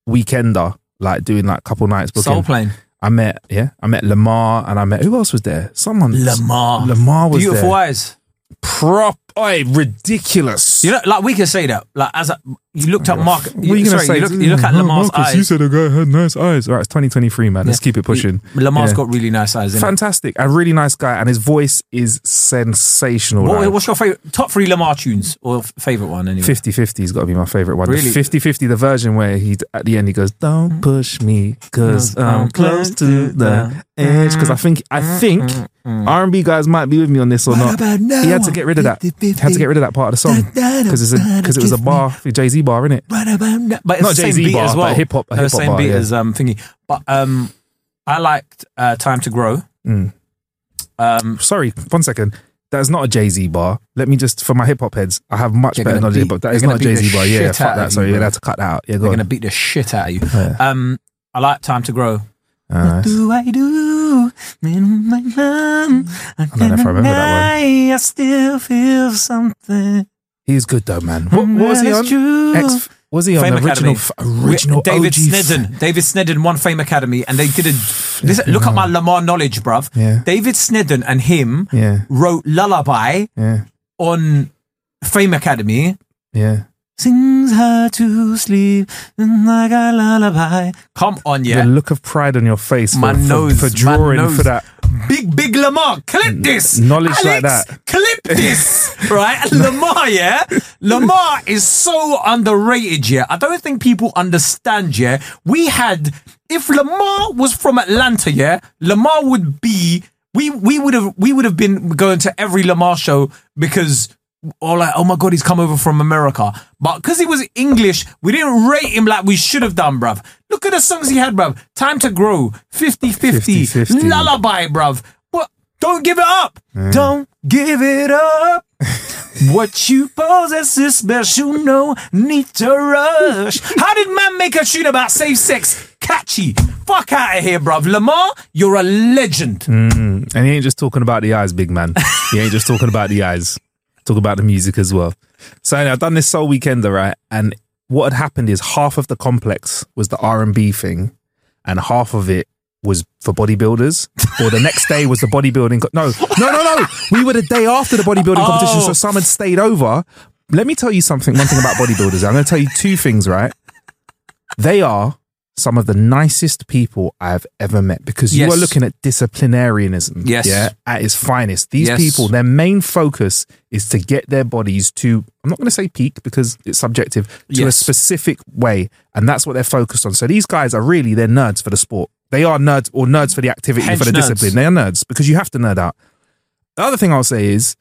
[SPEAKER 2] weekender, like doing like a couple nights booking.
[SPEAKER 1] Soul plane.
[SPEAKER 2] I met, yeah, I met Lamar and I met, who else was there? Someone.
[SPEAKER 1] Lamar.
[SPEAKER 2] Lamar was
[SPEAKER 1] beautiful
[SPEAKER 2] there.
[SPEAKER 1] eyes.
[SPEAKER 2] Prop, oi, ridiculous.
[SPEAKER 1] You know, like we can say that. Like as a, you looked up Mark.
[SPEAKER 2] what are you going to
[SPEAKER 1] sorry,
[SPEAKER 2] say?
[SPEAKER 1] You look, you look at
[SPEAKER 2] Oh,
[SPEAKER 1] Lamar's
[SPEAKER 2] Marcus,
[SPEAKER 1] eyes.
[SPEAKER 2] You said a guy had nice eyes. All right, it's 2023, man. Let's keep it pushing.
[SPEAKER 1] Lamar's
[SPEAKER 2] Yeah.
[SPEAKER 1] got really nice eyes. Isn't
[SPEAKER 2] fantastic and really nice guy and his voice is sensational
[SPEAKER 1] What,
[SPEAKER 2] like.
[SPEAKER 1] what's your favorite top three Lamar tunes or f- favorite one? Anyway,
[SPEAKER 2] 50-50 has got to be my favorite one
[SPEAKER 1] Really? Mm.
[SPEAKER 2] the 50-50 the version where he at the end he goes don't push me because i'm close to the edge because
[SPEAKER 1] Mm,
[SPEAKER 2] i think i think r&b guys might be with me on this or not
[SPEAKER 1] about now?
[SPEAKER 2] he had to get rid of that he had to get rid of that part of the song because it was a bar the jay-z bar innit?
[SPEAKER 1] Right about now. But it's
[SPEAKER 2] Not
[SPEAKER 1] the same
[SPEAKER 2] Jay-Z
[SPEAKER 1] beat
[SPEAKER 2] bar,
[SPEAKER 1] as
[SPEAKER 2] but
[SPEAKER 1] well.
[SPEAKER 2] hip-hop- a
[SPEAKER 1] No,
[SPEAKER 2] hip-hop
[SPEAKER 1] same
[SPEAKER 2] bar,
[SPEAKER 1] beat
[SPEAKER 2] yeah.
[SPEAKER 1] as um thingy. But um, I liked uh, Time to Grow.
[SPEAKER 2] Mm.
[SPEAKER 1] Um,
[SPEAKER 2] sorry one second that's not a Jay Z bar. Let me just for my hip hop heads. I have much
[SPEAKER 1] You're
[SPEAKER 2] better
[SPEAKER 1] gonna
[SPEAKER 2] knowledge,
[SPEAKER 1] beat-
[SPEAKER 2] but that
[SPEAKER 1] they're
[SPEAKER 2] is
[SPEAKER 1] gonna
[SPEAKER 2] not a
[SPEAKER 1] beat
[SPEAKER 2] Jay
[SPEAKER 1] the
[SPEAKER 2] Z bar. Yeah,
[SPEAKER 1] shit
[SPEAKER 2] fuck
[SPEAKER 1] out of
[SPEAKER 2] that.
[SPEAKER 1] you,
[SPEAKER 2] Sorry, you're
[SPEAKER 1] bro.
[SPEAKER 2] gonna have to cut that out. Yeah, go
[SPEAKER 1] they're
[SPEAKER 2] on.
[SPEAKER 1] gonna beat the shit out of you. Um, I like Time to Grow.
[SPEAKER 2] Uh,
[SPEAKER 1] Do I do? In my mom, I
[SPEAKER 2] don't know if I remember that
[SPEAKER 1] I still feel something.
[SPEAKER 2] He's good though, man. What, what was he
[SPEAKER 1] Well,
[SPEAKER 2] on?
[SPEAKER 1] it's true.
[SPEAKER 2] X, was he on
[SPEAKER 1] Fame
[SPEAKER 2] the original
[SPEAKER 1] Academy.
[SPEAKER 2] f- original
[SPEAKER 1] With David
[SPEAKER 2] OG
[SPEAKER 1] Snedden. David Snedden won Fame Academy, and they did a. Listen, look at my Lamar knowledge, bruv.
[SPEAKER 2] Yeah.
[SPEAKER 1] David Snedden and him
[SPEAKER 2] Yeah.
[SPEAKER 1] wrote Lullaby
[SPEAKER 2] Yeah,
[SPEAKER 1] on Fame Academy.
[SPEAKER 2] yeah.
[SPEAKER 1] Sings her to sleep like a lullaby. Come on,
[SPEAKER 2] The
[SPEAKER 1] yeah.
[SPEAKER 2] look of pride on your face for,
[SPEAKER 1] My
[SPEAKER 2] for-
[SPEAKER 1] nose,
[SPEAKER 2] for
[SPEAKER 1] my
[SPEAKER 2] drawing
[SPEAKER 1] nose.
[SPEAKER 2] for that.
[SPEAKER 1] Big, big Lamar. Clip this.
[SPEAKER 2] knowledge like
[SPEAKER 1] Alex,
[SPEAKER 2] that.
[SPEAKER 1] Clip this. right? Lamar, yeah? Lamar is so underrated, yeah? I don't think people understand, yeah? We had, if Lamar was from Atlanta, yeah? Lamar would be, we, we would have, we would have been going to every Lamar show because or like, oh my god, he's come over from America. But because he was English, we didn't rate him like we should have done, bruv. Look at the songs he had, bruv. Time to Grow, 50-50,
[SPEAKER 2] 50-50.
[SPEAKER 1] Lullaby, bruv. What? Don't give it up. Don't give it up. what you possess is special, no need to rush. How did man make a tune about safe sex? Catchy. Fuck out of here, bruv. Lamar, you're a legend.
[SPEAKER 2] Mm. And he ain't just talking about the eyes, big man. he ain't just talking about the eyes. Talk about the music as well. So anyway, I've done this soul weekender, right? And what had happened is half of the complex was the R and B thing, and half of it was for bodybuilders, or the next day was the bodybuilding. Co- no, no, no, no. We were the day after the bodybuilding competition, so some had stayed over. Let me tell you something. One thing about bodybuilders, I'm going to tell you two things. Right, they are some of the nicest people I have ever met because you
[SPEAKER 1] Yes.
[SPEAKER 2] are looking at disciplinarianism.
[SPEAKER 1] Yes.
[SPEAKER 2] yeah, at its finest. These
[SPEAKER 1] Yes.
[SPEAKER 2] people, their main focus is to get their bodies to. I'm not going to say peak because it's subjective to a
[SPEAKER 1] Yes.
[SPEAKER 2] specific way, and that's what they're focused on. So these guys are really they're nerds for the sport. They are nerds or nerds for the activity
[SPEAKER 1] Hedge
[SPEAKER 2] for the
[SPEAKER 1] nerds.
[SPEAKER 2] discipline. They are nerds because you have to nerd out. The other thing I'll say is.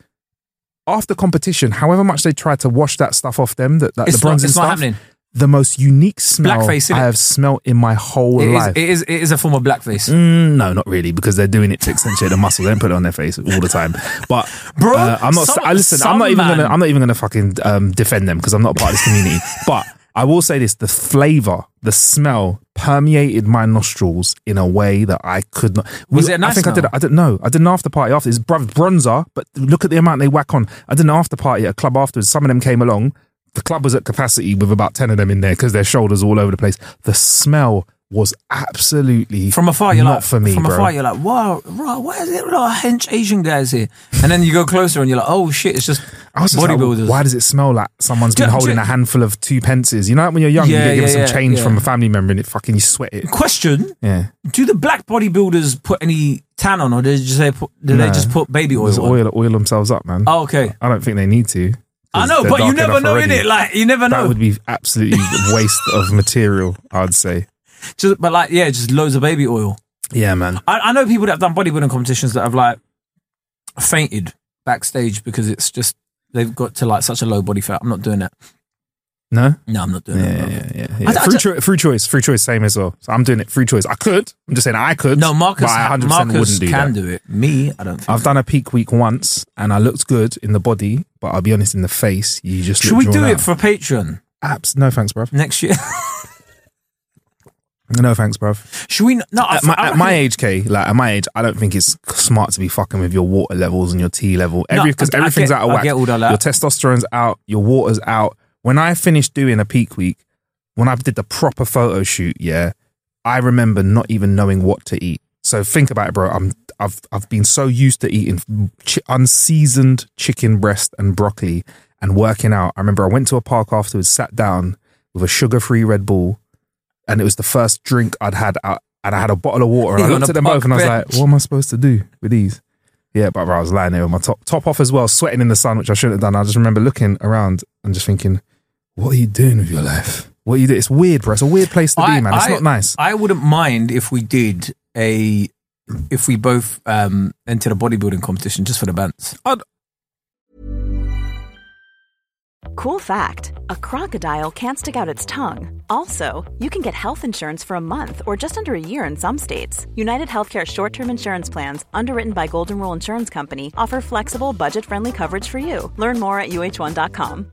[SPEAKER 2] After competition, however much they try to wash that stuff off them, that, that
[SPEAKER 1] It's
[SPEAKER 2] the bronze
[SPEAKER 1] not-
[SPEAKER 2] and
[SPEAKER 1] it's not
[SPEAKER 2] stuff,
[SPEAKER 1] happening.
[SPEAKER 2] the most unique smell
[SPEAKER 1] Blackface, innit?
[SPEAKER 2] I have smelt in my whole
[SPEAKER 1] It is,
[SPEAKER 2] life.
[SPEAKER 1] it is. It is a form of blackface.
[SPEAKER 2] Mm, no, not really, because they're doing it to accentuate the muscle. They don't put it on their face all the time. But
[SPEAKER 1] Bro,
[SPEAKER 2] uh, I'm not.
[SPEAKER 1] some-
[SPEAKER 2] I, listen, I'm
[SPEAKER 1] some
[SPEAKER 2] not even
[SPEAKER 1] man-
[SPEAKER 2] gonna. I'm not even gonna fucking um, defend them because I'm not part of this community. but I will say this: the flavor, the smell permeated my nostrils in a way that I could not.
[SPEAKER 1] Was it a nice
[SPEAKER 2] I think I did.
[SPEAKER 1] smell?
[SPEAKER 2] I didn't know. I did an after party after. It's brother bronzer, but look at the amount they whack on. I did an after party at a club afterwards. Some of them came along. The club was at capacity with about ten of them in there because their shoulders all over the place. The smell was absolutely
[SPEAKER 1] From afar, you're
[SPEAKER 2] not
[SPEAKER 1] like,
[SPEAKER 2] for me,
[SPEAKER 1] From
[SPEAKER 2] bro.
[SPEAKER 1] afar, you're like, wow, right, why is it a lot of hench Asian guys here? And then you go closer and you're like, oh shit, it's just
[SPEAKER 2] I was just like,
[SPEAKER 1] bodybuilders.
[SPEAKER 2] why does it smell like someone's been
[SPEAKER 1] Do- do-
[SPEAKER 2] holding a handful of two pences? You know, like when you're young,
[SPEAKER 1] Yeah,
[SPEAKER 2] you get given
[SPEAKER 1] yeah,
[SPEAKER 2] some
[SPEAKER 1] yeah,
[SPEAKER 2] change
[SPEAKER 1] yeah.
[SPEAKER 2] from a family member and it fucking you sweat it.
[SPEAKER 1] Question:
[SPEAKER 2] Yeah,
[SPEAKER 1] Do the black bodybuilders put any tan on, or did they just they put, did they
[SPEAKER 2] No.
[SPEAKER 1] just put baby oil?
[SPEAKER 2] Just
[SPEAKER 1] on?
[SPEAKER 2] oil oil themselves up, man.
[SPEAKER 1] Oh, okay.
[SPEAKER 2] I don't think they need to. 'cause
[SPEAKER 1] I know,
[SPEAKER 2] they're
[SPEAKER 1] but you
[SPEAKER 2] dark
[SPEAKER 1] never
[SPEAKER 2] enough
[SPEAKER 1] know,
[SPEAKER 2] already.
[SPEAKER 1] innit? Like you never
[SPEAKER 2] that
[SPEAKER 1] know.
[SPEAKER 2] would be absolutely a waste of material. I'd say.
[SPEAKER 1] Just, but like, yeah, just loads of baby oil.
[SPEAKER 2] Yeah, man.
[SPEAKER 1] I, I know people that have done bodybuilding competitions that have like fainted backstage because it's just they've got to like such a low body fat. I'm not doing that.
[SPEAKER 2] No.
[SPEAKER 1] No, I'm not doing
[SPEAKER 2] Yeah,
[SPEAKER 1] that.
[SPEAKER 2] yeah,
[SPEAKER 1] bro.
[SPEAKER 2] yeah. yeah, yeah.
[SPEAKER 1] I- I
[SPEAKER 2] free,
[SPEAKER 1] ju-
[SPEAKER 2] cho- free choice, free choice, same as well. So I'm doing it free choice. I could. I'm just saying I could.
[SPEAKER 1] No, Marcus,
[SPEAKER 2] but I 100%
[SPEAKER 1] Marcus
[SPEAKER 2] wouldn't do
[SPEAKER 1] can
[SPEAKER 2] that.
[SPEAKER 1] do it. Me, I don't think.
[SPEAKER 2] I've done a peak week once, and I looked good in the body, but I'll be honest, in the face, you just
[SPEAKER 1] Should
[SPEAKER 2] look
[SPEAKER 1] we do
[SPEAKER 2] drawn
[SPEAKER 1] it
[SPEAKER 2] out.
[SPEAKER 1] for Patreon
[SPEAKER 2] Abs- no thanks, bruv.
[SPEAKER 1] next year?
[SPEAKER 2] No thanks, bruv.
[SPEAKER 1] Should we? No, I,
[SPEAKER 2] At Uh, my,
[SPEAKER 1] I
[SPEAKER 2] at my
[SPEAKER 1] reckon-
[SPEAKER 2] age, K, like at my age, I don't think it's smart to be fucking with your water levels and your T level.
[SPEAKER 1] No,
[SPEAKER 2] Every because
[SPEAKER 1] I- I
[SPEAKER 2] everything's
[SPEAKER 1] get-
[SPEAKER 2] out of
[SPEAKER 1] I
[SPEAKER 2] whack.
[SPEAKER 1] get all of that.
[SPEAKER 2] Your testosterone's out, your water's out. When I finished doing a peak week, when I did the proper photo shoot, yeah, I remember not even knowing what to eat. So think about it, bro. I'm I've I've been so used to eating chi- unseasoned chicken breast and broccoli and working out. I remember I went to a park afterwards, sat down with a sugar-free Red Bull, and it was the first drink I'd had out, and I had a bottle of water. And
[SPEAKER 1] You
[SPEAKER 2] I
[SPEAKER 1] were
[SPEAKER 2] looked
[SPEAKER 1] on
[SPEAKER 2] at
[SPEAKER 1] a
[SPEAKER 2] them both,
[SPEAKER 1] park
[SPEAKER 2] and I was like,
[SPEAKER 1] bench.
[SPEAKER 2] "What am I supposed to do with these?" Yeah, but I was lying there with my top top off as well, sweating in the sun, which I shouldn't have done. I just remember looking around and just thinking, "What are you doing with your life? What are you doing? It's weird, bro. It's a weird place to be, man. It's
[SPEAKER 1] I-
[SPEAKER 2] not nice."
[SPEAKER 1] I wouldn't mind if we did a if we both um entered a bodybuilding competition just for the bands.
[SPEAKER 4] Cool fact a crocodile can't stick out its tongue. Also, you can get health insurance for a month or just under a year in some states. United Healthcare short term insurance plans, underwritten by Golden Rule Insurance Company, offer flexible, budget friendly coverage for you. Learn more at uh1.com.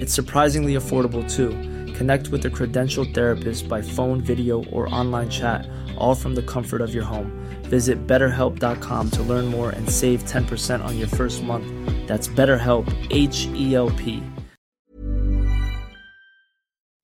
[SPEAKER 5] It's surprisingly affordable too. Connect with a credentialed therapist by phone, video, or online chat, all from the comfort of your home. Visit betterhelp.com to learn more and save 10% on your first month. That's BetterHelp, H E L P.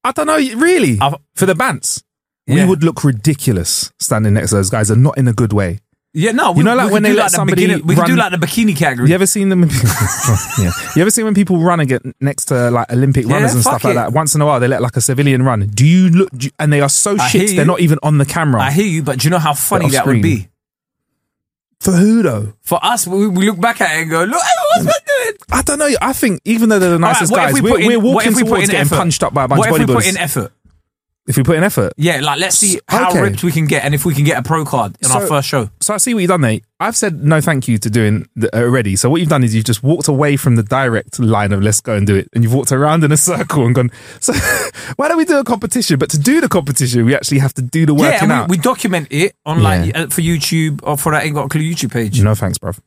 [SPEAKER 2] I don't know, really.
[SPEAKER 1] I've-
[SPEAKER 2] For the bants,
[SPEAKER 1] Yeah.
[SPEAKER 2] we would look ridiculous standing next to those guys, and not in a good way.
[SPEAKER 1] Yeah, no, we,
[SPEAKER 2] You know, like,
[SPEAKER 1] we
[SPEAKER 2] when
[SPEAKER 1] could
[SPEAKER 2] they
[SPEAKER 1] do
[SPEAKER 2] let
[SPEAKER 1] like the
[SPEAKER 2] somebody
[SPEAKER 1] beginning- we could do
[SPEAKER 2] run-
[SPEAKER 1] like the bikini category.
[SPEAKER 2] You ever seen them? yeah. You ever seen when people run and get next to like Olympic
[SPEAKER 1] Yeah,
[SPEAKER 2] runners and
[SPEAKER 1] fuck
[SPEAKER 2] stuff like
[SPEAKER 1] it.
[SPEAKER 2] that? Once in a while, they let like a civilian run. Do you look? Do you- and they are so
[SPEAKER 1] I hear
[SPEAKER 2] shit,
[SPEAKER 1] you.
[SPEAKER 2] they're not even on the camera.
[SPEAKER 1] I hear you, but do you know how funny
[SPEAKER 2] off
[SPEAKER 1] that would be
[SPEAKER 2] screen. For who though?
[SPEAKER 1] for us? We, we look back at it and go, look, hey, what's that doing?
[SPEAKER 2] I don't know. I think even though they're the
[SPEAKER 1] All right,
[SPEAKER 2] nicest
[SPEAKER 1] what if
[SPEAKER 2] guys,
[SPEAKER 1] we
[SPEAKER 2] we are
[SPEAKER 1] put in-
[SPEAKER 2] we're
[SPEAKER 1] what
[SPEAKER 2] walking
[SPEAKER 1] if we put
[SPEAKER 2] towards
[SPEAKER 1] in
[SPEAKER 2] getting
[SPEAKER 1] effort?
[SPEAKER 2] punched up by a bunch
[SPEAKER 1] What
[SPEAKER 2] of
[SPEAKER 1] if we put
[SPEAKER 2] bodybuilders.
[SPEAKER 1] in effort?
[SPEAKER 2] if we put in effort.
[SPEAKER 1] Yeah, like let's see how
[SPEAKER 2] Okay.
[SPEAKER 1] ripped we can get and if we can get a pro card in our
[SPEAKER 2] So-
[SPEAKER 1] first show.
[SPEAKER 2] So I see what you've done there. I've said no thank you to doing the, already. So what you've done is you've just walked away from the direct line of let's go and do it. And you've walked around in a circle and gone, so why don't we do a competition? But to do the competition, we actually have to do the
[SPEAKER 1] Yeah,
[SPEAKER 2] working
[SPEAKER 1] and we,
[SPEAKER 2] out.
[SPEAKER 1] we document it on like
[SPEAKER 2] Yeah.
[SPEAKER 1] uh for YouTube or for that Ain't Got a Clue YouTube page.
[SPEAKER 2] no thanks, bruv.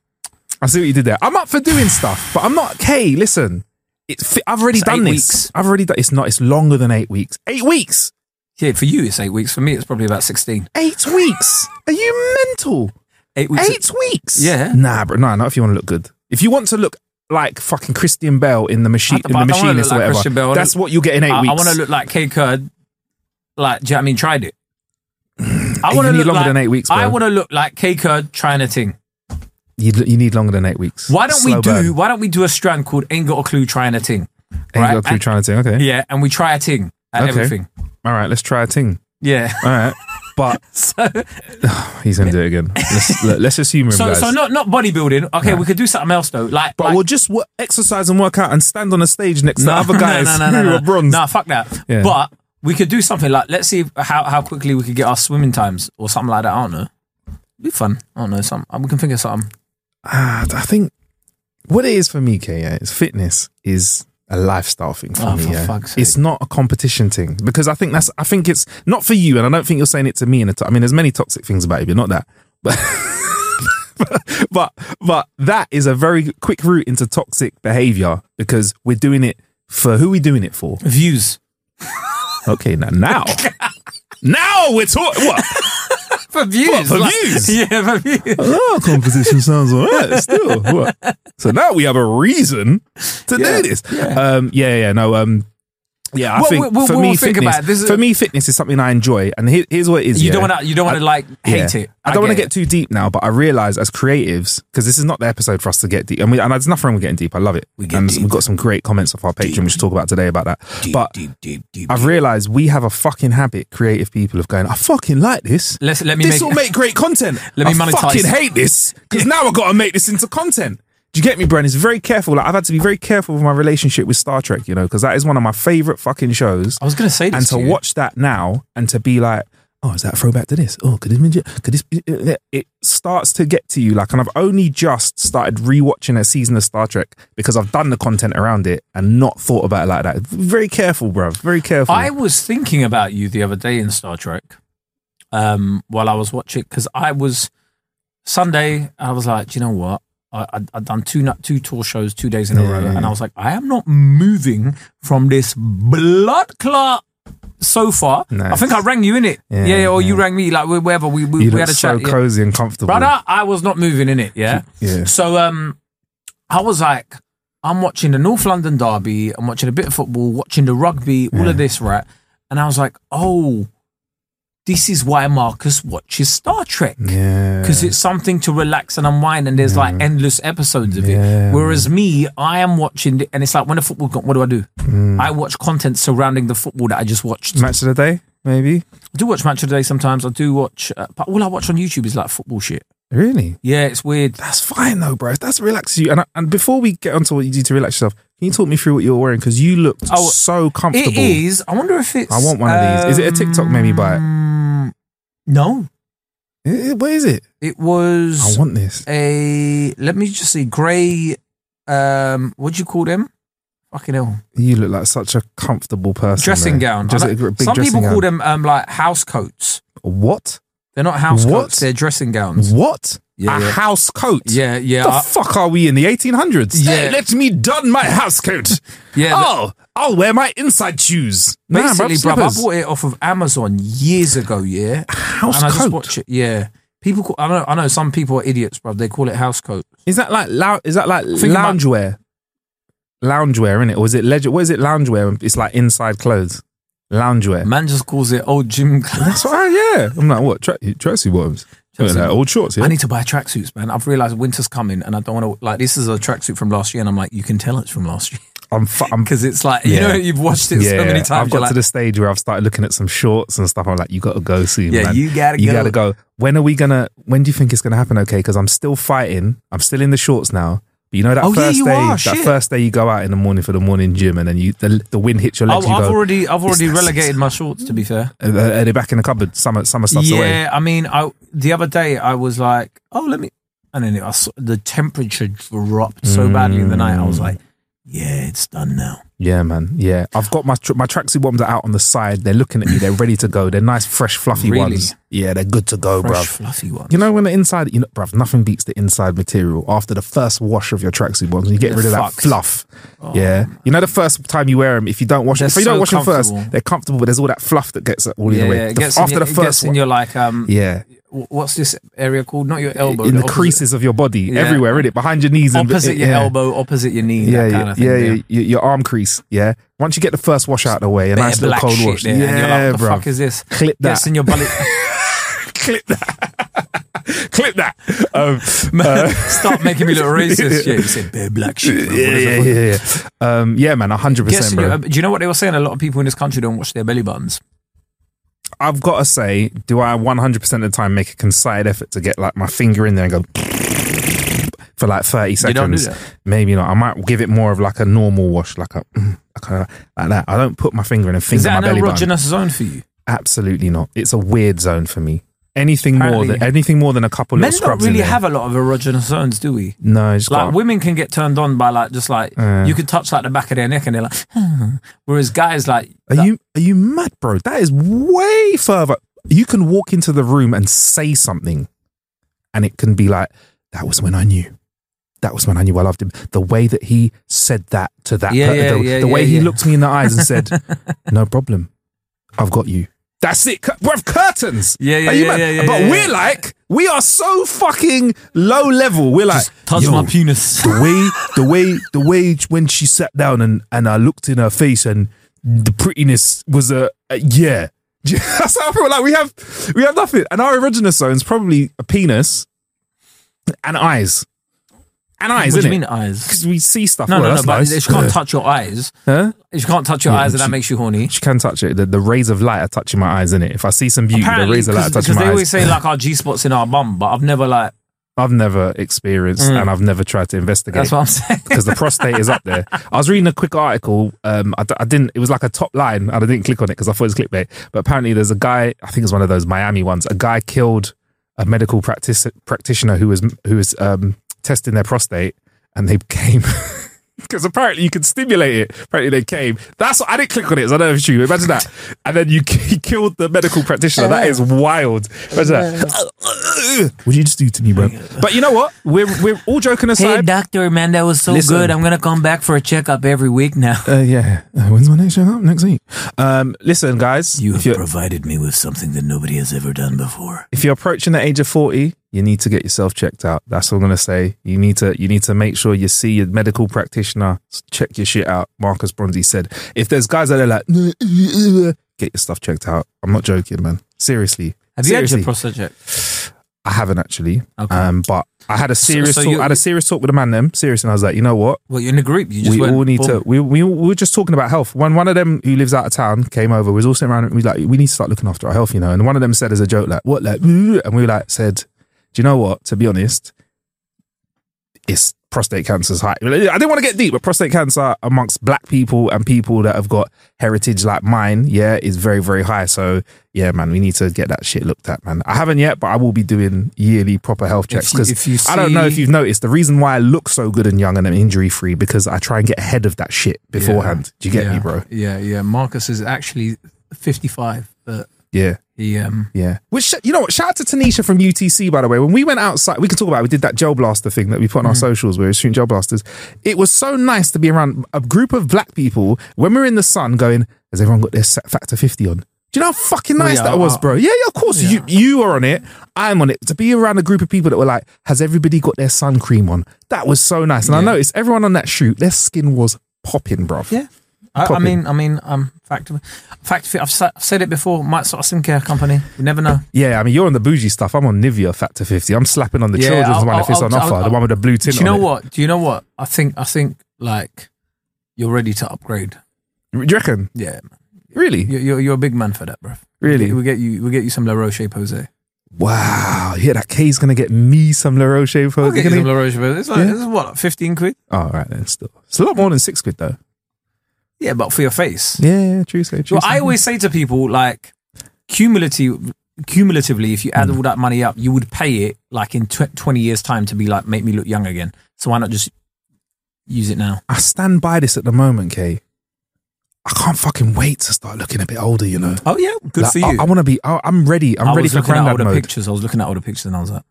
[SPEAKER 2] I see what you did there. I'm up for doing stuff, but I'm not, Kay, listen, it's, fi- I've already
[SPEAKER 1] It's
[SPEAKER 2] done
[SPEAKER 1] eight
[SPEAKER 2] this.
[SPEAKER 1] weeks.
[SPEAKER 2] I've already done, it's not, it's longer than eight weeks. Eight weeks.
[SPEAKER 1] Yeah, for you it's eight weeks. For me it's probably about sixteen.
[SPEAKER 2] Eight weeks. Are you mental?
[SPEAKER 1] Eight weeks.
[SPEAKER 2] Eight weeks.
[SPEAKER 1] Yeah.
[SPEAKER 2] Nah, bro. Nah, not if you want to look good. If you want to look like fucking Christian Bell in the machine,
[SPEAKER 1] I-
[SPEAKER 2] in
[SPEAKER 1] but I
[SPEAKER 2] the
[SPEAKER 1] don't wanna look
[SPEAKER 2] machinist
[SPEAKER 1] like
[SPEAKER 2] or whatever.
[SPEAKER 1] Christian Bell. I
[SPEAKER 2] That's
[SPEAKER 1] wanna-
[SPEAKER 2] what you'll get in eight
[SPEAKER 1] I,
[SPEAKER 2] weeks.
[SPEAKER 1] want to look like K Curd. Like, do you know what I mean? Tried it. I wanna
[SPEAKER 2] You need
[SPEAKER 1] look
[SPEAKER 2] longer
[SPEAKER 1] like-
[SPEAKER 2] than Mm. eight weeks,
[SPEAKER 1] I
[SPEAKER 2] bro.
[SPEAKER 1] want to look like K Curd trying a thing.
[SPEAKER 2] You, you need longer than eight weeks.
[SPEAKER 1] Why don't
[SPEAKER 2] Slow
[SPEAKER 1] we do?
[SPEAKER 2] burn.
[SPEAKER 1] Why don't we do a strand called Ain't Got a Clue trying a thing?
[SPEAKER 2] Ain't
[SPEAKER 1] right?
[SPEAKER 2] got a clue
[SPEAKER 1] And-
[SPEAKER 2] trying to. Okay.
[SPEAKER 1] Yeah, and we try a ting at
[SPEAKER 2] Okay.
[SPEAKER 1] everything.
[SPEAKER 2] All right. Let's try a ting.
[SPEAKER 1] Yeah.
[SPEAKER 2] All right. But he's gonna do it again. Let's, let, us just humor him,
[SPEAKER 1] So,
[SPEAKER 2] guys.
[SPEAKER 1] so not not bodybuilding. Okay, we could do something else though. Like,
[SPEAKER 2] but
[SPEAKER 1] like-
[SPEAKER 2] we'll just wo- exercise and work out and stand on a stage next to other guys who are bronze.
[SPEAKER 1] No, fuck that.
[SPEAKER 2] Yeah.
[SPEAKER 1] But we could do something like let's see how, how quickly we could get our swimming times or something like that. I don't know. Be fun. I don't know. Something we can think of something.
[SPEAKER 2] Ah, I think what it is for me, K, yeah, is fitness is a lifestyle thing for
[SPEAKER 1] Oh,
[SPEAKER 2] me.
[SPEAKER 1] for
[SPEAKER 2] yeah.
[SPEAKER 1] fuck's sake.
[SPEAKER 2] It's not a competition thing because I think that's I think it's not for you, and I don't think you're saying it to me. In a to- I mean, there's many toxic things about you, but not that. But but but that is a very quick route into toxic behavior because we're doing it for who we doing it for.
[SPEAKER 1] Views
[SPEAKER 2] Okay, now now now we're talking. What?
[SPEAKER 1] for views.
[SPEAKER 2] for views?
[SPEAKER 1] Yeah, for views.
[SPEAKER 2] Oh, competition sounds all right still. What? So now we have a reason to
[SPEAKER 1] Yeah,
[SPEAKER 2] do this. Um, yeah, yeah, no. Um, yeah, I
[SPEAKER 1] Well,
[SPEAKER 2] think
[SPEAKER 1] we'll-
[SPEAKER 2] for
[SPEAKER 1] we'll
[SPEAKER 2] me,
[SPEAKER 1] think
[SPEAKER 2] fitness,
[SPEAKER 1] about it. This is-
[SPEAKER 2] for me, fitness is something I enjoy. And here, here's what it is.
[SPEAKER 1] You
[SPEAKER 2] yeah.
[SPEAKER 1] don't want to. You don't want to like hate
[SPEAKER 2] Yeah.
[SPEAKER 1] it.
[SPEAKER 2] I don't want to
[SPEAKER 1] it.
[SPEAKER 2] get too deep now, but I realize as creatives, because this is not the episode for us to get deep. And, we, and there's nothing wrong with getting deep. I love it.
[SPEAKER 1] We get
[SPEAKER 2] and
[SPEAKER 1] deep.
[SPEAKER 2] we've got some great comments off our Patreon, we should talk about today about that.
[SPEAKER 1] deep,
[SPEAKER 2] but
[SPEAKER 1] deep, deep, deep.
[SPEAKER 2] I've realized we have a fucking habit, creative people, of going, I fucking like this.
[SPEAKER 1] Let's- let me
[SPEAKER 2] this
[SPEAKER 1] make-
[SPEAKER 2] will make great content.
[SPEAKER 1] Let me
[SPEAKER 2] I
[SPEAKER 1] monetize
[SPEAKER 2] fucking
[SPEAKER 1] it."
[SPEAKER 2] hate this because now I've got to make this into content. Do you get me, Bren? It's very careful. Like, I've had to be very careful with my relationship with Star Trek, you know, because that is one of my favorite fucking shows.
[SPEAKER 1] I was gonna say this
[SPEAKER 2] And to
[SPEAKER 1] to you.
[SPEAKER 2] watch that now and to be like, oh, is that a throwback to this? Oh, could this be, could this be, it starts to get to you. Like, and I've only just started rewatching a season of Star Trek because I've done the content around it and not thought about it like that. Very careful, bruv. Very careful.
[SPEAKER 1] I was thinking about you the other day in Star Trek um, while I was watching because I was Sunday. I was like, do you know what? I, I, I'd done two nu- two tour shows two days in a
[SPEAKER 2] Yeah,
[SPEAKER 1] row,
[SPEAKER 2] yeah,
[SPEAKER 1] and
[SPEAKER 2] yeah.
[SPEAKER 1] I was like, I am not moving from this blood clot sofa. I
[SPEAKER 2] Nice.
[SPEAKER 1] think I rang you in it, yeah,
[SPEAKER 2] Yeah,
[SPEAKER 1] yeah, or you
[SPEAKER 2] yeah.
[SPEAKER 1] rang me like we- wherever we we, we
[SPEAKER 2] you look
[SPEAKER 1] had a
[SPEAKER 2] so
[SPEAKER 1] chat. yeah.
[SPEAKER 2] cozy and comfortable.
[SPEAKER 1] Brother, I was not moving in it, yeah?
[SPEAKER 2] Yeah.
[SPEAKER 1] So um I was like, I'm watching the North London Derby, I'm watching a bit of football, watching the rugby, all of this, right? And I was like, oh, this is why Marcus watches Star Trek.
[SPEAKER 2] Yeah.
[SPEAKER 1] Because it's something to relax and unwind, and there's like endless episodes of
[SPEAKER 2] Yeah,
[SPEAKER 1] it. Whereas me, I am watching, the- and it's like when the football, go- what do I do?
[SPEAKER 2] Mm.
[SPEAKER 1] I watch content surrounding the football that I just watched.
[SPEAKER 2] match of the day, maybe.
[SPEAKER 1] I do watch Match of the Day sometimes. I do watch, uh, but all I watch on YouTube is like football shit.
[SPEAKER 2] Really?
[SPEAKER 1] Yeah, it's weird.
[SPEAKER 2] That's fine though, bro. If That's relaxes you. And I, and before we get onto what you do to relax yourself, can you talk me through what you're wearing? Because you looked
[SPEAKER 1] Oh,
[SPEAKER 2] so comfortable.
[SPEAKER 1] It is. I wonder if it's.
[SPEAKER 2] I want one of these. Is it a TikTok made me buy it?
[SPEAKER 1] um, No,
[SPEAKER 2] Eh, eh, What is it?
[SPEAKER 1] it was
[SPEAKER 2] I want this.
[SPEAKER 1] a. Let me just see. Grey. Um, what do you call them? Fucking hell.
[SPEAKER 2] You look like such a comfortable person.
[SPEAKER 1] dressing
[SPEAKER 2] though.
[SPEAKER 1] gown. I
[SPEAKER 2] Just a
[SPEAKER 1] don't-
[SPEAKER 2] gr- big
[SPEAKER 1] Some
[SPEAKER 2] dressing
[SPEAKER 1] people call
[SPEAKER 2] gown.
[SPEAKER 1] them um like house coats.
[SPEAKER 2] what?
[SPEAKER 1] They're not house
[SPEAKER 2] What?
[SPEAKER 1] coats. They're dressing gowns.
[SPEAKER 2] What?
[SPEAKER 1] Yeah,
[SPEAKER 2] a
[SPEAKER 1] yeah.
[SPEAKER 2] house coat.
[SPEAKER 1] Yeah, yeah.
[SPEAKER 2] The
[SPEAKER 1] I-
[SPEAKER 2] fuck are we in the 1800s?
[SPEAKER 1] Yeah.
[SPEAKER 2] Hey, let me don my house coat.
[SPEAKER 1] Yeah, the-
[SPEAKER 2] Oh, I'll wear my inside shoes. Nah,
[SPEAKER 1] Basically, bruv,
[SPEAKER 2] bruv,
[SPEAKER 1] I
[SPEAKER 2] slippers.
[SPEAKER 1] bought it off of Amazon years ago. Yeah,
[SPEAKER 2] House
[SPEAKER 1] and I just
[SPEAKER 2] coat?
[SPEAKER 1] watch it. Yeah, people. Call, I know. I know. Some people are idiots, bruv. They call it house coat.
[SPEAKER 2] Is that like lou- is that like
[SPEAKER 1] Think about-
[SPEAKER 2] loungewear? Loungewear, in it, or is it legend? What is it? Loungewear. It's like inside clothes. Loungewear.
[SPEAKER 1] Man just calls it old gym.
[SPEAKER 2] That's why, yeah. I'm like, what? Tra- tracksuit bottoms.
[SPEAKER 1] Tracksuit.
[SPEAKER 2] Like, old shorts. Yeah.
[SPEAKER 1] I need to buy tracksuits, man. I've realized winter's coming, and I don't want to like. This is a tracksuit from last year, and I'm like, you can tell it's from last year
[SPEAKER 2] I'm. Fu- I'm
[SPEAKER 1] because it's like you
[SPEAKER 2] Yeah.
[SPEAKER 1] know you've watched it so many times.
[SPEAKER 2] I've got
[SPEAKER 1] you're
[SPEAKER 2] to the
[SPEAKER 1] like,
[SPEAKER 2] stage where I've started looking at some shorts and stuff. I'm like, you got to go soon.
[SPEAKER 1] Yeah,
[SPEAKER 2] man.
[SPEAKER 1] you gotta
[SPEAKER 2] You
[SPEAKER 1] go.
[SPEAKER 2] got to go. When are we gonna? When do you think it's gonna happen? Okay, because I'm still fighting. I'm still in the shorts now. But you know that
[SPEAKER 1] Oh, yeah,
[SPEAKER 2] first
[SPEAKER 1] you
[SPEAKER 2] day,
[SPEAKER 1] are,
[SPEAKER 2] that
[SPEAKER 1] shit.
[SPEAKER 2] first day you go out in the morning for the morning gym, and then you the, the wind hits your legs.
[SPEAKER 1] Oh,
[SPEAKER 2] you
[SPEAKER 1] I've
[SPEAKER 2] go,
[SPEAKER 1] already, I've already
[SPEAKER 2] that
[SPEAKER 1] relegated
[SPEAKER 2] season?
[SPEAKER 1] my shorts. To be fair,
[SPEAKER 2] Are, are they back in the cupboard? Summer summer stuff's
[SPEAKER 1] yeah.
[SPEAKER 2] away.
[SPEAKER 1] I mean, I the other day I was like, oh, let me, and then I saw, the temperature dropped so badly in the night. I was like, yeah, it's done now.
[SPEAKER 2] Yeah, man. Yeah, I've got my tr- my tracksuit bottoms are out on the side. They're looking at me. They're ready to go. They're nice, fresh, fluffy
[SPEAKER 1] Really?
[SPEAKER 2] ones. Yeah, they're good to go,
[SPEAKER 1] Fresh,
[SPEAKER 2] Oh, bruv.
[SPEAKER 1] fluffy one.
[SPEAKER 2] You know when the inside, you know, bruv, nothing beats the inside material after the first wash of your tracksuit bottoms. You get
[SPEAKER 1] They're
[SPEAKER 2] rid of
[SPEAKER 1] fucked. Oh.
[SPEAKER 2] that fluff. yeah, you know the first time you wear them. If you don't wash,
[SPEAKER 1] They're
[SPEAKER 2] if you
[SPEAKER 1] so
[SPEAKER 2] don't wash them first,
[SPEAKER 1] comfortable.
[SPEAKER 2] they're comfortable, but there's all that fluff that gets all in
[SPEAKER 1] yeah,
[SPEAKER 2] the way.
[SPEAKER 1] yeah, it
[SPEAKER 2] The-
[SPEAKER 1] gets in
[SPEAKER 2] after
[SPEAKER 1] your-
[SPEAKER 2] the
[SPEAKER 1] it
[SPEAKER 2] first
[SPEAKER 1] gets in
[SPEAKER 2] one,
[SPEAKER 1] your like, um,
[SPEAKER 2] yeah,
[SPEAKER 1] wh- what's this area called? Not your elbow,
[SPEAKER 2] in the
[SPEAKER 1] opposite-
[SPEAKER 2] creases of your body,
[SPEAKER 1] Yeah.
[SPEAKER 2] everywhere in it, behind your knees, and
[SPEAKER 1] opposite your
[SPEAKER 2] yeah.
[SPEAKER 1] elbow, opposite your knee,
[SPEAKER 2] Yeah,
[SPEAKER 1] that kind
[SPEAKER 2] yeah,
[SPEAKER 1] of thing.
[SPEAKER 2] yeah, yeah, your- your arm crease. Yeah, once you get the first wash out of the way, a
[SPEAKER 1] Bit
[SPEAKER 2] nice
[SPEAKER 1] of
[SPEAKER 2] little
[SPEAKER 1] black
[SPEAKER 2] cold
[SPEAKER 1] shit
[SPEAKER 2] wash.
[SPEAKER 1] there,
[SPEAKER 2] yeah,
[SPEAKER 1] and you're like, what the
[SPEAKER 2] bruv.
[SPEAKER 1] fuck is this?
[SPEAKER 2] Clip that.
[SPEAKER 1] Gets in your belly.
[SPEAKER 2] clip that. clip that. Um,
[SPEAKER 1] Man,
[SPEAKER 2] uh,
[SPEAKER 1] Stop making me look racist. Yeah, you said bare black shit.
[SPEAKER 2] yeah,
[SPEAKER 1] bro. What is
[SPEAKER 2] yeah,
[SPEAKER 1] that?
[SPEAKER 2] yeah, yeah. Um, yeah, man, hundred
[SPEAKER 1] Guess
[SPEAKER 2] percent,
[SPEAKER 1] you-
[SPEAKER 2] bro.
[SPEAKER 1] uh, do you know what they were saying? A lot of people in this country don't wash their belly buttons.
[SPEAKER 2] I've got to say, do I one hundred percent of the time make a concerted effort to get like my finger in there and go for like thirty
[SPEAKER 1] You don't do
[SPEAKER 2] seconds?
[SPEAKER 1] that.
[SPEAKER 2] Maybe not. I might give it more of like a normal wash, like a like, a, like that. I don't put my finger in and
[SPEAKER 1] Is
[SPEAKER 2] finger my
[SPEAKER 1] that an
[SPEAKER 2] belly button.
[SPEAKER 1] erogenous zone for you?
[SPEAKER 2] Absolutely not. It's a weird zone for me. Anything
[SPEAKER 1] Apparently-
[SPEAKER 2] more than anything more than a couple
[SPEAKER 1] Men
[SPEAKER 2] little
[SPEAKER 1] don't
[SPEAKER 2] scrubs in
[SPEAKER 1] really
[SPEAKER 2] there.
[SPEAKER 1] have a lot of erogenous zones, do we?
[SPEAKER 2] no, it's
[SPEAKER 1] Like
[SPEAKER 2] got-
[SPEAKER 1] women can get turned on by like just like
[SPEAKER 2] Yeah.
[SPEAKER 1] you could touch like the back of their neck and they're like, whereas guys like
[SPEAKER 2] Are
[SPEAKER 1] that-
[SPEAKER 2] you are you mad, bro? That is way further. You can walk into the room and say something, and it can be like, "That was when I knew. That was when I knew I loved him." The way that he said that to that,
[SPEAKER 1] Yeah, yeah,
[SPEAKER 2] the,
[SPEAKER 1] yeah,
[SPEAKER 2] the way
[SPEAKER 1] yeah,
[SPEAKER 2] he
[SPEAKER 1] yeah.
[SPEAKER 2] looked me in the eyes and said, "No problem, I've got you." That's it. Cu- Bruv, curtains.
[SPEAKER 1] Yeah, yeah,
[SPEAKER 2] Are you
[SPEAKER 1] yeah,
[SPEAKER 2] mad?
[SPEAKER 1] yeah, yeah,
[SPEAKER 2] But
[SPEAKER 1] yeah,
[SPEAKER 2] we're
[SPEAKER 1] yeah.
[SPEAKER 2] like, we are so fucking low level. We're like,
[SPEAKER 1] just touch
[SPEAKER 2] "Yo,
[SPEAKER 1] my penis.
[SPEAKER 2] the way the way the way when she sat down and and I looked in her face and the prettiness was a, a yeah. That's how I feel like we have we have nothing. And our original zone's probably a penis and eyes. And eyes,
[SPEAKER 1] what do
[SPEAKER 2] isn't
[SPEAKER 1] you mean
[SPEAKER 2] it?
[SPEAKER 1] eyes?
[SPEAKER 2] Because we see stuff.
[SPEAKER 1] No,
[SPEAKER 2] well,
[SPEAKER 1] no, no,
[SPEAKER 2] that's
[SPEAKER 1] but
[SPEAKER 2] nice.
[SPEAKER 1] if you can't
[SPEAKER 2] Yeah.
[SPEAKER 1] touch your eyes.
[SPEAKER 2] Huh?
[SPEAKER 1] If you can't touch your
[SPEAKER 2] Yeah,
[SPEAKER 1] eyes, then that
[SPEAKER 2] she-
[SPEAKER 1] makes you horny.
[SPEAKER 2] She can touch it. The, the rays of light are touching my eyes, innit? If I see some beauty, the rays of light are
[SPEAKER 1] because
[SPEAKER 2] touching
[SPEAKER 1] they
[SPEAKER 2] my
[SPEAKER 1] always
[SPEAKER 2] eyes.
[SPEAKER 1] say like our G spots in our bum, but I've never like.
[SPEAKER 2] I've never experienced and I've never tried to investigate.
[SPEAKER 1] Mm. That's what I'm saying.
[SPEAKER 2] because the prostate is up there. I was reading a quick article. Um, I, d- I didn't. It was like a top line, and I didn't click on it because I thought it was clickbait. But apparently, there's a guy. I think it's one of those Miami ones. A guy killed a medical practice, practitioner who was who was um, testing their prostate, and they came. Because apparently you can stimulate it. Apparently they came. That's I didn't click on it. So I don't know if you imagine that. And then you k- killed the medical practitioner. That is wild. Imagine that. what did you just do to me, bro? But you know what? We're we're all joking aside.
[SPEAKER 1] doctor, man, that was so
[SPEAKER 2] Listen.
[SPEAKER 1] gonna come back for a checkup every week now.
[SPEAKER 2] Uh, yeah. Uh, when's my next show up? Next week. Um, listen, guys.
[SPEAKER 1] You
[SPEAKER 2] if,
[SPEAKER 1] have
[SPEAKER 2] you're,
[SPEAKER 1] provided me with something that nobody has ever done before.
[SPEAKER 2] if you're approaching the age of forty, you need to get yourself checked out. That's all I'm gonna say. You need to you need to make sure you see your medical practitioner. s- Check your shit out. Marcus Bronzi said. If there's guys out there like, "Nah, uh, uh," get your stuff checked out. I'm not joking, man. Seriously.
[SPEAKER 1] Have
[SPEAKER 2] Seriously.
[SPEAKER 1] you had your prostate check?
[SPEAKER 2] I haven't actually.
[SPEAKER 1] Okay.
[SPEAKER 2] Um, but I had a
[SPEAKER 1] So-
[SPEAKER 2] serious
[SPEAKER 1] so
[SPEAKER 2] talk,
[SPEAKER 1] you-
[SPEAKER 2] I had a serious talk with a man them serious, and I was like, you know what?
[SPEAKER 1] Well, you're in the group. You just
[SPEAKER 2] we
[SPEAKER 1] went,
[SPEAKER 2] all need
[SPEAKER 1] boom.
[SPEAKER 2] to. We, we, we were just talking about health. When one of them who lives out of town came over, we was all sitting around. and We was like, we need to start looking after our health, you know. And one of them said as a joke, like, what, like, "Ooh," and we were like, said, do you know what? To be honest, it's prostate cancer's high. I didn't want to get deep, but prostate cancer amongst black people and people that have got heritage like mine, yeah, is very, very high. So, yeah, man, we need to get that shit looked at, man. I haven't yet, but I will be doing yearly proper health checks
[SPEAKER 1] you-
[SPEAKER 2] because
[SPEAKER 1] if you
[SPEAKER 2] I don't know
[SPEAKER 1] see-
[SPEAKER 2] if you've noticed the reason why I look so good and young and I'm injury free because I try and get ahead of that shit beforehand. Do you get
[SPEAKER 1] yeah.
[SPEAKER 2] me, bro?
[SPEAKER 1] Yeah, yeah. Marcus is actually 55, but
[SPEAKER 2] Yeah.
[SPEAKER 1] he um.
[SPEAKER 2] Yeah. Which you know what? Shout out to Tanisha from UTC by the way. When we went outside, we can talk about. It. We did that gel blaster thing that we put on our socials. where We were shooting gel blasters. It was so nice to be around a group of black people when we were in the sun. Going, has everyone got their sa- factor fifty on? Do you know how fucking nice
[SPEAKER 1] yeah,
[SPEAKER 2] that was,
[SPEAKER 1] uh,
[SPEAKER 2] bro? Yeah, yeah, of course. You you are on it. I'm on it. To be around a group of people that were like, has everybody got their sun cream on? That was so nice. And I noticed everyone on that shoot, their skin was popping, bro.
[SPEAKER 1] Yeah. I, I
[SPEAKER 2] Popping.
[SPEAKER 1] mean, I mean, um, fact, fact, I've, sa- I've said it before. Might start a skincare company. You never know.
[SPEAKER 2] Yeah, I mean, you're on the bougie stuff. I'm on Nivea Factor 50. I'm slapping on the
[SPEAKER 1] Yeah,
[SPEAKER 2] children's
[SPEAKER 1] I'll-
[SPEAKER 2] one if
[SPEAKER 1] I'll-
[SPEAKER 2] it's on
[SPEAKER 1] I'll-
[SPEAKER 2] offer, the
[SPEAKER 1] I'll-
[SPEAKER 2] one with the blue tint
[SPEAKER 1] Do you know
[SPEAKER 2] on it.
[SPEAKER 1] what? Do you know what? I think I think like you're ready to upgrade.
[SPEAKER 2] Do you reckon?
[SPEAKER 1] Yeah,
[SPEAKER 2] Really?
[SPEAKER 1] you're you're, you're a big man for that, bro.
[SPEAKER 2] Really?
[SPEAKER 1] We get you we get you some La Roche Posay.
[SPEAKER 2] Wow. Yeah, that K's going to get me some La Roche
[SPEAKER 1] I'll
[SPEAKER 2] Posay.
[SPEAKER 1] get you some La Roche, but it's, like,
[SPEAKER 2] Yeah.
[SPEAKER 1] it's what, like 15 quid?
[SPEAKER 2] Oh, all right, then. Still. It's a lot more than six quid, though.
[SPEAKER 1] Yeah, but for your face.
[SPEAKER 2] Yeah, yeah true so. True
[SPEAKER 1] Well, I
[SPEAKER 2] so.
[SPEAKER 1] always say to people, like, cumulative, cumulatively, if you add
[SPEAKER 2] Mm.
[SPEAKER 1] all that money up, you would pay it like in tw- 20 years' time to be like, make me look young again. So why not just use it now?
[SPEAKER 2] I stand by this at the moment, Kay. I can't fucking wait to start looking a bit older, you know.
[SPEAKER 1] Oh, yeah. Good
[SPEAKER 2] Like,
[SPEAKER 1] for you.
[SPEAKER 2] I, want to be. I, I'm ready. I'm
[SPEAKER 1] I
[SPEAKER 2] ready
[SPEAKER 1] was
[SPEAKER 2] for
[SPEAKER 1] looking at all
[SPEAKER 2] granddad
[SPEAKER 1] the
[SPEAKER 2] mode.
[SPEAKER 1] pictures. I was looking at all the pictures and I was like,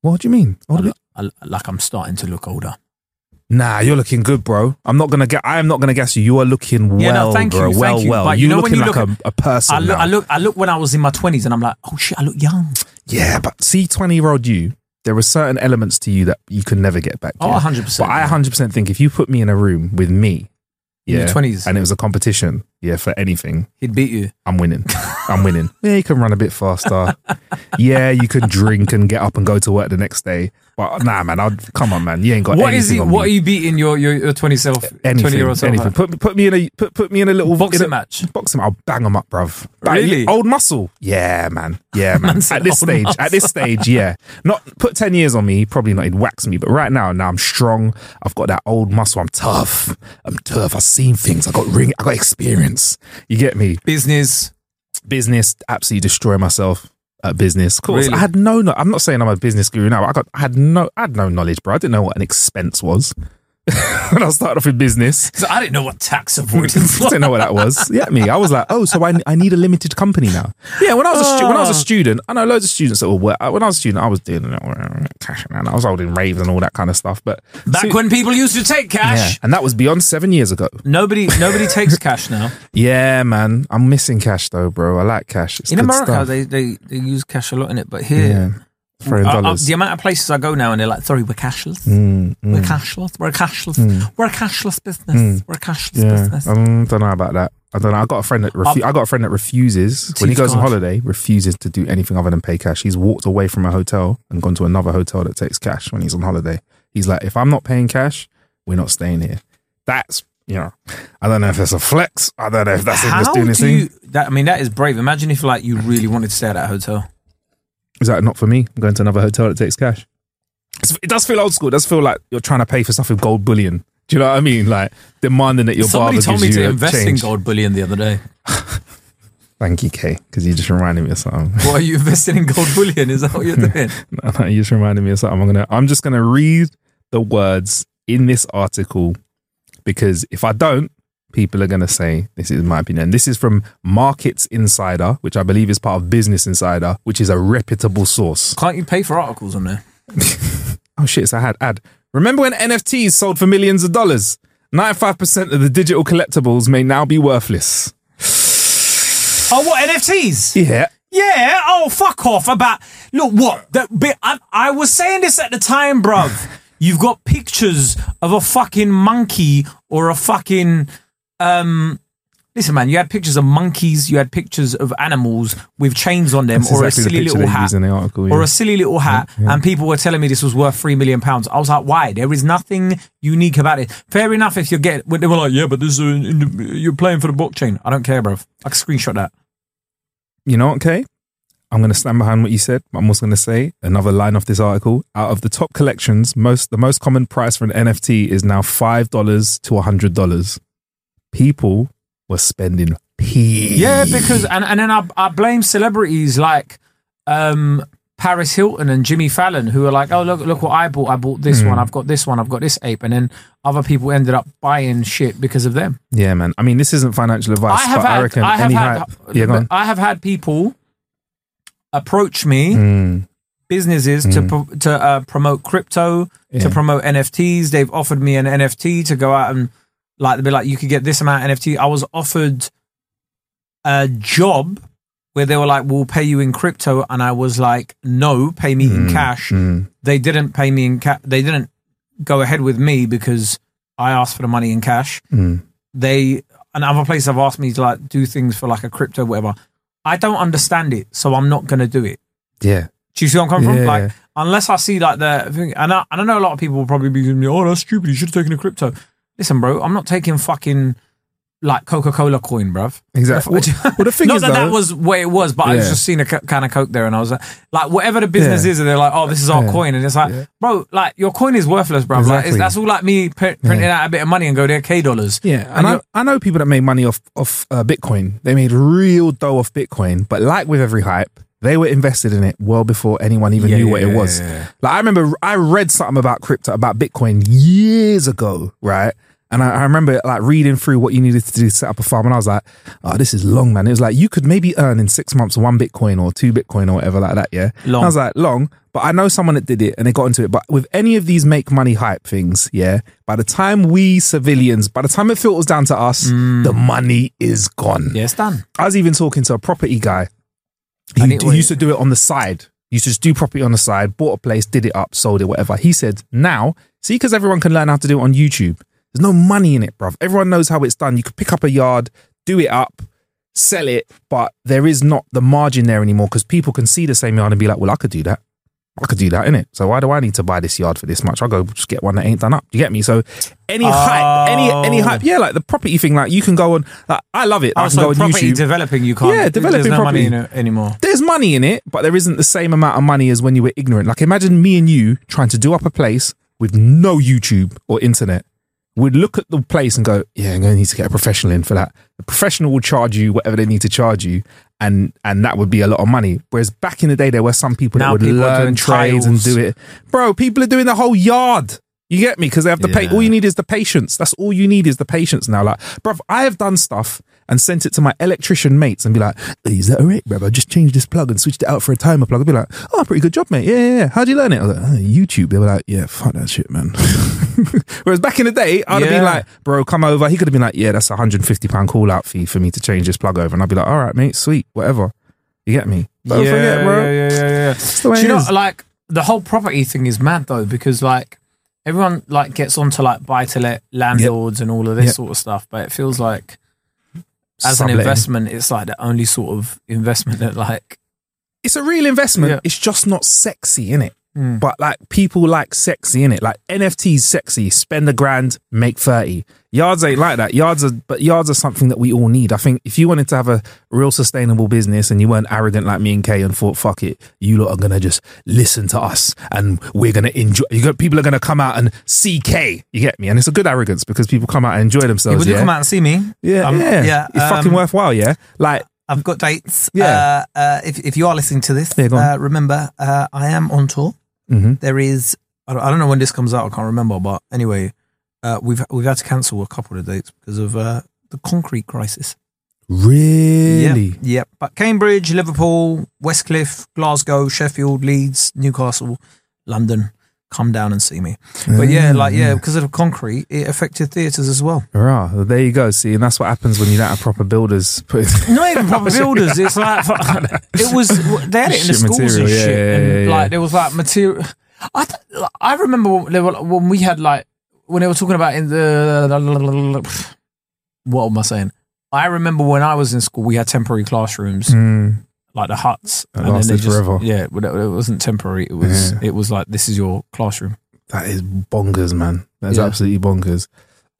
[SPEAKER 2] What do you mean?
[SPEAKER 1] I
[SPEAKER 2] Older
[SPEAKER 1] look- I, like I'm starting to look older.
[SPEAKER 2] Nah, you're looking good, bro. I'm not gonna get. I am not gonna guess you. You are looking
[SPEAKER 1] Yeah,
[SPEAKER 2] well,
[SPEAKER 1] no, thank
[SPEAKER 2] bro.
[SPEAKER 1] you,
[SPEAKER 2] well,
[SPEAKER 1] thank you.
[SPEAKER 2] well.
[SPEAKER 1] But you
[SPEAKER 2] you're
[SPEAKER 1] know when
[SPEAKER 2] looking
[SPEAKER 1] you
[SPEAKER 2] like
[SPEAKER 1] look
[SPEAKER 2] a, a person.
[SPEAKER 1] I look,
[SPEAKER 2] now.
[SPEAKER 1] I look, I look when I was in my twenties, and I'm like, oh shit, I look young.
[SPEAKER 2] Yeah, but see, 20 year old you, there were certain elements to you that you could never get back.
[SPEAKER 1] Oh,
[SPEAKER 2] yeah.
[SPEAKER 1] 100%,
[SPEAKER 2] But I
[SPEAKER 1] yeah.
[SPEAKER 2] 100% think if you put me in a room with me,
[SPEAKER 1] In your
[SPEAKER 2] yeah,
[SPEAKER 1] 20s.
[SPEAKER 2] and it was a competition, yeah, for anything,
[SPEAKER 1] He'd beat you.
[SPEAKER 2] I'm winning. I'm winning. Yeah, you can run a bit faster. yeah, you can drink and get up and go to work the next day. But nah, man, I'd, come on, man, you ain't got
[SPEAKER 1] what is
[SPEAKER 2] anything
[SPEAKER 1] he?
[SPEAKER 2] on
[SPEAKER 1] What are
[SPEAKER 2] me.
[SPEAKER 1] you beating your your, your twenty self, twenty
[SPEAKER 2] Anything,
[SPEAKER 1] year old self?
[SPEAKER 2] anything.
[SPEAKER 1] at?
[SPEAKER 2] Put, put me in a put, put me in a little
[SPEAKER 1] Boxing
[SPEAKER 2] in a-
[SPEAKER 1] match.
[SPEAKER 2] Boxing, I'll bang them up, bruv. Bang-
[SPEAKER 1] Really?
[SPEAKER 2] Old muscle. Yeah, man. Yeah, man.
[SPEAKER 1] Man said
[SPEAKER 2] at this
[SPEAKER 1] old
[SPEAKER 2] stage, at this stage, yeah. Not put ten years on me, probably not. He'd wax me, but right now, now I'm strong. I've got that old muscle. I'm tough. I'm tough. I've seen things. I got ring. I got experience. You get me?
[SPEAKER 1] Business.
[SPEAKER 2] Business. Absolutely destroy myself. At business, of course.
[SPEAKER 1] Really?
[SPEAKER 2] I had no, no. I'm not saying I'm a business guru now. But I got, I had no, I had no knowledge, bro. I didn't know what an expense was when I started off in business.
[SPEAKER 1] So I didn't know what tax
[SPEAKER 2] I
[SPEAKER 1] avoidance was.
[SPEAKER 2] didn't know what that was. Yeah, me. I was like, oh, so I, I need a limited company now. Yeah, when I was a stu- when I
[SPEAKER 1] Oh.
[SPEAKER 2] was a student, I know loads of students that were work. When I was a student, I was doing cash and I was holding raves and all that kind of stuff. But
[SPEAKER 1] Back when people used to take
[SPEAKER 2] yeah,
[SPEAKER 1] cash,
[SPEAKER 2] and that was beyond seven years ago.
[SPEAKER 1] nobody nobody takes cash now.
[SPEAKER 2] Yeah, man, I'm missing cash though, bro. I like cash. It's
[SPEAKER 1] In
[SPEAKER 2] good
[SPEAKER 1] America,
[SPEAKER 2] stuff.
[SPEAKER 1] they, they they use cash a lot in it, but
[SPEAKER 2] yeah,
[SPEAKER 1] here.
[SPEAKER 2] throwing
[SPEAKER 1] Uh, uh,
[SPEAKER 2] dollars. Mm,
[SPEAKER 1] the amount of places I go now and they're like, sorry, we're cashless. We're cashless. We're a cashless. We're a cashless business. We're a cashless
[SPEAKER 2] Mm. yeah, Um,
[SPEAKER 1] business.
[SPEAKER 2] I don't know about that. I don't know. I got a friend that refu-
[SPEAKER 1] I've-
[SPEAKER 2] I got a friend that refuses when he
[SPEAKER 1] Teeth
[SPEAKER 2] goes on
[SPEAKER 1] card.
[SPEAKER 2] holiday, refuses to do anything other than pay cash. He's walked away from a hotel and gone to another hotel that takes cash when he's on holiday. He's like, if I'm not paying cash, we're not staying here. That's you know, I don't know if that's a flex. I don't know if that's him
[SPEAKER 1] How
[SPEAKER 2] just doing his
[SPEAKER 1] do
[SPEAKER 2] thing.
[SPEAKER 1] you? That, I mean, that is brave. Imagine if like you really wanted to stay at that hotel.
[SPEAKER 2] Is that not for me? I'm going to another hotel that takes cash. It's, it does feel old school. It does feel like you're trying to pay for stuff with gold bullion. Do you know what I mean? Like demanding that your
[SPEAKER 1] Somebody
[SPEAKER 2] barber
[SPEAKER 1] told
[SPEAKER 2] gives
[SPEAKER 1] me
[SPEAKER 2] you
[SPEAKER 1] to
[SPEAKER 2] a
[SPEAKER 1] invest in
[SPEAKER 2] change.
[SPEAKER 1] gold bullion the other day.
[SPEAKER 2] Thank you, Kay, because you just reminded me of something.
[SPEAKER 1] What are you investing in gold bullion? Is that what you're doing?
[SPEAKER 2] No, no, you just reminded me of something. I'm gonna. I'm just gonna read the words in this article because if I don't, people are gonna say this is my opinion. This is from Markets Insider, which I believe is part of Business Insider, which is a reputable source.
[SPEAKER 1] Can't you pay for articles on there?
[SPEAKER 2] Oh shit! So I had ad. Remember when NFTs sold for millions of dollars? Ninety-five percent of the digital collectibles may now be worthless.
[SPEAKER 1] Oh, what NFTs?
[SPEAKER 2] Yeah.
[SPEAKER 1] Yeah. Oh, fuck off about. Look, what that bit. I, I was saying this at the time, bruv. You've got pictures of a fucking monkey or a fucking um. Listen, man. You had pictures of monkeys. You had pictures of animals with chains on them,
[SPEAKER 2] That's
[SPEAKER 1] or
[SPEAKER 2] exactly the
[SPEAKER 1] a silly
[SPEAKER 2] picture
[SPEAKER 1] little
[SPEAKER 2] they
[SPEAKER 1] hat,
[SPEAKER 2] use in the article,
[SPEAKER 1] or
[SPEAKER 2] yeah.
[SPEAKER 1] a silly little hat. And people were telling me this was worth three million pounds. I was like, why? There is nothing unique about it. Fair enough if you get. When they were like, yeah, but this is a, you're playing for the blockchain. I don't care, bruv. I can screenshot that.
[SPEAKER 2] you know what, Kay? I'm going to stand behind what you said. but I'm also going to say another line off this article. Out of the top collections, most the most common price for an NFT is now five dollars to hundred dollars. People were spending p.
[SPEAKER 1] Yeah, because and, and then I, I blame celebrities like um Paris Hilton and Jimmy Fallon who are like, Oh look look what I bought. I bought this one, I've got this one, I've got this ape and then other people ended up buying shit because of them.
[SPEAKER 2] yeah, man. I mean, this isn't financial advice,
[SPEAKER 1] I have
[SPEAKER 2] but
[SPEAKER 1] had
[SPEAKER 2] I reckon
[SPEAKER 1] I have
[SPEAKER 2] any
[SPEAKER 1] had
[SPEAKER 2] hype. Yeah, go on.
[SPEAKER 1] I have had people approach me
[SPEAKER 2] Mm,
[SPEAKER 1] businesses to pro- to uh, promote crypto,
[SPEAKER 2] Hmm. Yeah.
[SPEAKER 1] to promote NFTs. They've offered me an NFT to go out and like they'd be like, you could get this amount of NFT. I was offered a job where they were like, we'll pay you in crypto, and I was like, no, pay me in cash.
[SPEAKER 2] mm.
[SPEAKER 1] They didn't pay me in cash. They didn't go ahead with me because I asked for the money in cash. They and other places have asked me to like do things for like a crypto whatever. I don't understand it, so I'm not going to do it.
[SPEAKER 2] Yeah,
[SPEAKER 1] Do you see where I'm coming
[SPEAKER 2] Yeah,
[SPEAKER 1] from? Like,
[SPEAKER 2] yeah.
[SPEAKER 1] unless I see like the thing, and I, and I know a lot of people will probably be going, "Oh, that's stupid. You should have taken a crypto." Listen, bro, I'm not taking fucking like Coca Cola coin, bruv.
[SPEAKER 2] Exactly.
[SPEAKER 1] Which-
[SPEAKER 2] Well, the thing
[SPEAKER 1] not
[SPEAKER 2] is,
[SPEAKER 1] that that
[SPEAKER 2] though-
[SPEAKER 1] was where it was, but I
[SPEAKER 2] Yeah.
[SPEAKER 1] was just seeing a kind of Coke there, and I was like, like whatever the business
[SPEAKER 2] Yeah.
[SPEAKER 1] is, and they're like, oh, this is our
[SPEAKER 2] Yeah.
[SPEAKER 1] coin, and it's like,
[SPEAKER 2] Yeah.
[SPEAKER 1] bro, like your coin is worthless, bruv. Like
[SPEAKER 2] Exactly.
[SPEAKER 1] it's, that's all like me pr- printing out a bit of money and go, they're K dollars.
[SPEAKER 2] Yeah, and, I,
[SPEAKER 1] you're-
[SPEAKER 2] I know people that made money off off uh, Bitcoin. They made real dough off Bitcoin, but like with every hype, they were invested in it well before anyone even
[SPEAKER 1] Yeah,
[SPEAKER 2] knew
[SPEAKER 1] yeah,
[SPEAKER 2] what it
[SPEAKER 1] yeah,
[SPEAKER 2] was.
[SPEAKER 1] yeah, yeah.
[SPEAKER 2] Like I remember, I read something about crypto about Bitcoin years ago, right? And I, I remember like reading through what you needed to do to set up a farm, and I was like, "Oh, this is long, man." It was like you could maybe earn in six months one Bitcoin or two Bitcoin or whatever like that. Yeah,
[SPEAKER 1] Long.
[SPEAKER 2] And I was like, long. But I know someone that did it and they got into it. But with any of these make money hype things, yeah, by the time we civilians, by the time it filters down to us, the money is gone.
[SPEAKER 1] yeah, it's done.
[SPEAKER 2] I was even talking to a property guy. He,
[SPEAKER 1] And it
[SPEAKER 2] he
[SPEAKER 1] was-
[SPEAKER 2] used to do it on the side. He used to just do property on the side, bought a place, did it up, sold it, whatever. He said, now, see, because everyone can learn how to do it on YouTube. There's no money in it, bruv. Everyone knows how it's done. You could pick up a yard, do it up, sell it, but there is not the margin there anymore because people can see the same yard and be like, well, I could do that. I could do that, innit? So why do I need to buy this yard for this much? I'll go just get one that ain't done up. Do you get me? So any hype, any any
[SPEAKER 1] Oh.
[SPEAKER 2] hype, yeah, like the property thing, like you can go on. Like, I love it. Like, I
[SPEAKER 1] Also,
[SPEAKER 2] can go on
[SPEAKER 1] property
[SPEAKER 2] YouTube.
[SPEAKER 1] developing, you can't.
[SPEAKER 2] Yeah, developing
[SPEAKER 1] There's no money
[SPEAKER 2] property.
[SPEAKER 1] in it anymore.
[SPEAKER 2] There's money in it, but there isn't the same amount of money as when you were ignorant. Like imagine me and you trying to do up a place with no YouTube or internet. We'd look at the place and go, "Yeah, I'm going to need to get a professional in for that." The professional will charge you whatever they need to charge you, and and that would be a lot of money. Whereas back in the day, there were some people
[SPEAKER 1] Now
[SPEAKER 2] that would
[SPEAKER 1] people are
[SPEAKER 2] learn
[SPEAKER 1] doing
[SPEAKER 2] trades and
[SPEAKER 1] tiles.
[SPEAKER 2] do it. Bro, people are doing the whole yard. You get me? Because they have the pay.
[SPEAKER 1] Yeah.
[SPEAKER 2] All you need is the patience. That's all you need is the patience now. Like, bruv, I have done stuff and sent it to my electrician mates and be like, "Hey, is that all right, bruv? I just changed this plug and switched it out for a timer plug. I'd be like, oh, pretty good job, mate. Yeah, yeah, yeah. How'd you learn it? I was like, oh, YouTube. They were like, yeah, fuck that shit, man. Whereas back in the day, I'd have been
[SPEAKER 1] Yeah.
[SPEAKER 2] like, bro, come over. He could have been like, yeah, that's a £150 call out fee for me to change this plug over. And I'd be like, all right, mate, sweet, whatever. You get me? Don't forget, bro.
[SPEAKER 1] yeah, yeah, yeah, yeah, yeah.
[SPEAKER 2] the way
[SPEAKER 1] Do you
[SPEAKER 2] it
[SPEAKER 1] know,
[SPEAKER 2] is.
[SPEAKER 1] like the whole property thing is mad though, because like everyone like gets onto like buy to let landlords and all of this
[SPEAKER 2] Yep.
[SPEAKER 1] sort of stuff, but it feels like as
[SPEAKER 2] Subletting.
[SPEAKER 1] an investment, it's like the only sort of investment that like
[SPEAKER 2] it's a real investment.
[SPEAKER 1] Yeah.
[SPEAKER 2] It's just not sexy in it.
[SPEAKER 6] Hmm.
[SPEAKER 2] But like people like sexy in it. Like NFTs sexy. Spend a grand, make thirty. Yards ain't like that. Yards are but yards are something that we all need. I think if you wanted to have a real sustainable business and you weren't arrogant like me and Kay and thought, fuck it, you lot are gonna just listen to us and we're gonna enjoy you got people are gonna come out and see K. You get me? And it's a good arrogance because people come out and enjoy themselves.
[SPEAKER 6] People do
[SPEAKER 2] yeah?
[SPEAKER 6] come out and see me.
[SPEAKER 2] Yeah,
[SPEAKER 6] Um,
[SPEAKER 2] yeah.
[SPEAKER 6] yeah,
[SPEAKER 2] It's
[SPEAKER 6] um,
[SPEAKER 2] fucking worthwhile, yeah. Like
[SPEAKER 6] I've got dates.
[SPEAKER 2] Yeah.
[SPEAKER 6] Uh, uh, if, if you are listening to this,
[SPEAKER 2] Yeah, go on.
[SPEAKER 6] uh, remember, uh, I am on tour.
[SPEAKER 2] mhm.
[SPEAKER 6] There is, I don't- I don't know when this comes out, I can't remember, but anyway, uh, we've we've had to cancel a couple of dates because of uh, the concrete crisis.
[SPEAKER 2] Really?
[SPEAKER 6] Yep, yep. But Cambridge, Liverpool, Westcliff, Glasgow, Sheffield, Leeds, Newcastle, London, come down and see me. But
[SPEAKER 2] Mm.
[SPEAKER 6] yeah, like, yeah, because of the concrete, it affected theatres as well.
[SPEAKER 2] Right, well, there you go. See, and that's what happens when you don't have proper builders. Put
[SPEAKER 1] not even proper builders. It's like it was they had it in the
[SPEAKER 2] Shit
[SPEAKER 1] schools
[SPEAKER 2] material,
[SPEAKER 1] and
[SPEAKER 2] yeah,
[SPEAKER 1] shit,
[SPEAKER 2] yeah,
[SPEAKER 1] and
[SPEAKER 2] yeah, yeah.
[SPEAKER 1] like there was like material. I th- I remember when, they were, when we had like when they were talking about in the what am I saying? I remember when I was in school, we had temporary classrooms,
[SPEAKER 2] Mm.
[SPEAKER 1] like the huts,
[SPEAKER 2] That lasted forever.
[SPEAKER 1] Yeah, but it, it wasn't temporary. It was it was like this is your classroom.
[SPEAKER 2] That is bonkers, man. That's
[SPEAKER 1] Yeah.
[SPEAKER 2] absolutely bonkers.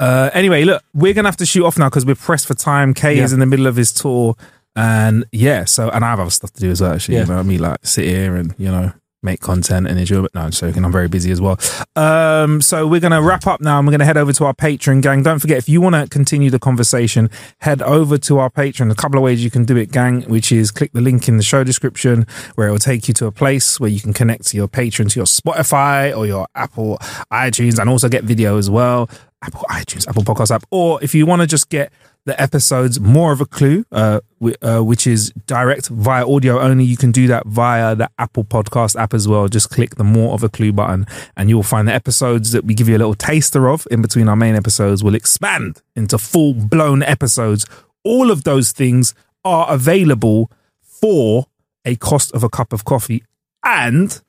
[SPEAKER 2] Uh, anyway, look, we're gonna have to shoot off now because we're pressed for time. Kay
[SPEAKER 1] Yeah.
[SPEAKER 2] is in the middle of his tour, and yeah, so and I have other stuff to do as well. Actually,
[SPEAKER 1] Yeah.
[SPEAKER 2] you know, what I mean, like sit here and you know make content and enjoy. But no, I'm just joking. I'm very busy as well. Um, so we're gonna wrap up now, and we're gonna head over to our Patreon gang. Don't forget, if you want to continue the conversation, head over to our Patreon. A couple of ways you can do it, gang, which is click the link in the show description where it will take you to a place where you can connect to your Patreon, to your Spotify or your Apple iTunes, and also get video as well. Apple iTunes, Apple Podcast app, or if you want to just get the episodes more of a clue, uh, whi- uh, which is direct via audio only. You can do that via the Apple Podcast app as well. Just click the more of a clue button and you'll find the episodes that we give you a little taster of in between our main episodes will expand into full blown episodes. All of those things are available for a cost of a cup of coffee and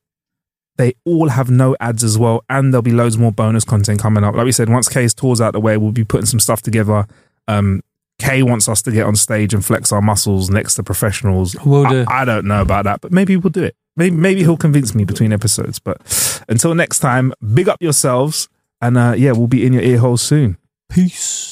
[SPEAKER 2] they all have no ads as well, and there'll be loads more bonus content coming up. Like we said, once K's tour's out the way, we'll be putting some stuff together. Um, Kay wants us to get on stage and flex our muscles next to professionals.
[SPEAKER 1] Will
[SPEAKER 2] I-
[SPEAKER 1] do.
[SPEAKER 2] I, don't know about that, but maybe we'll do it. Maybe maybe he'll convince me between episodes. But until next time, big up yourselves, and uh, yeah, we'll be in your ear holes soon.
[SPEAKER 1] Peace.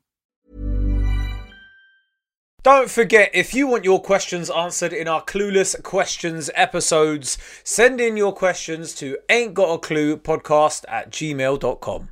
[SPEAKER 1] Don't forget, if you want your questions answered in our Clueless Questions episodes, send in your questions to ain't got a clue podcast at gmail.com.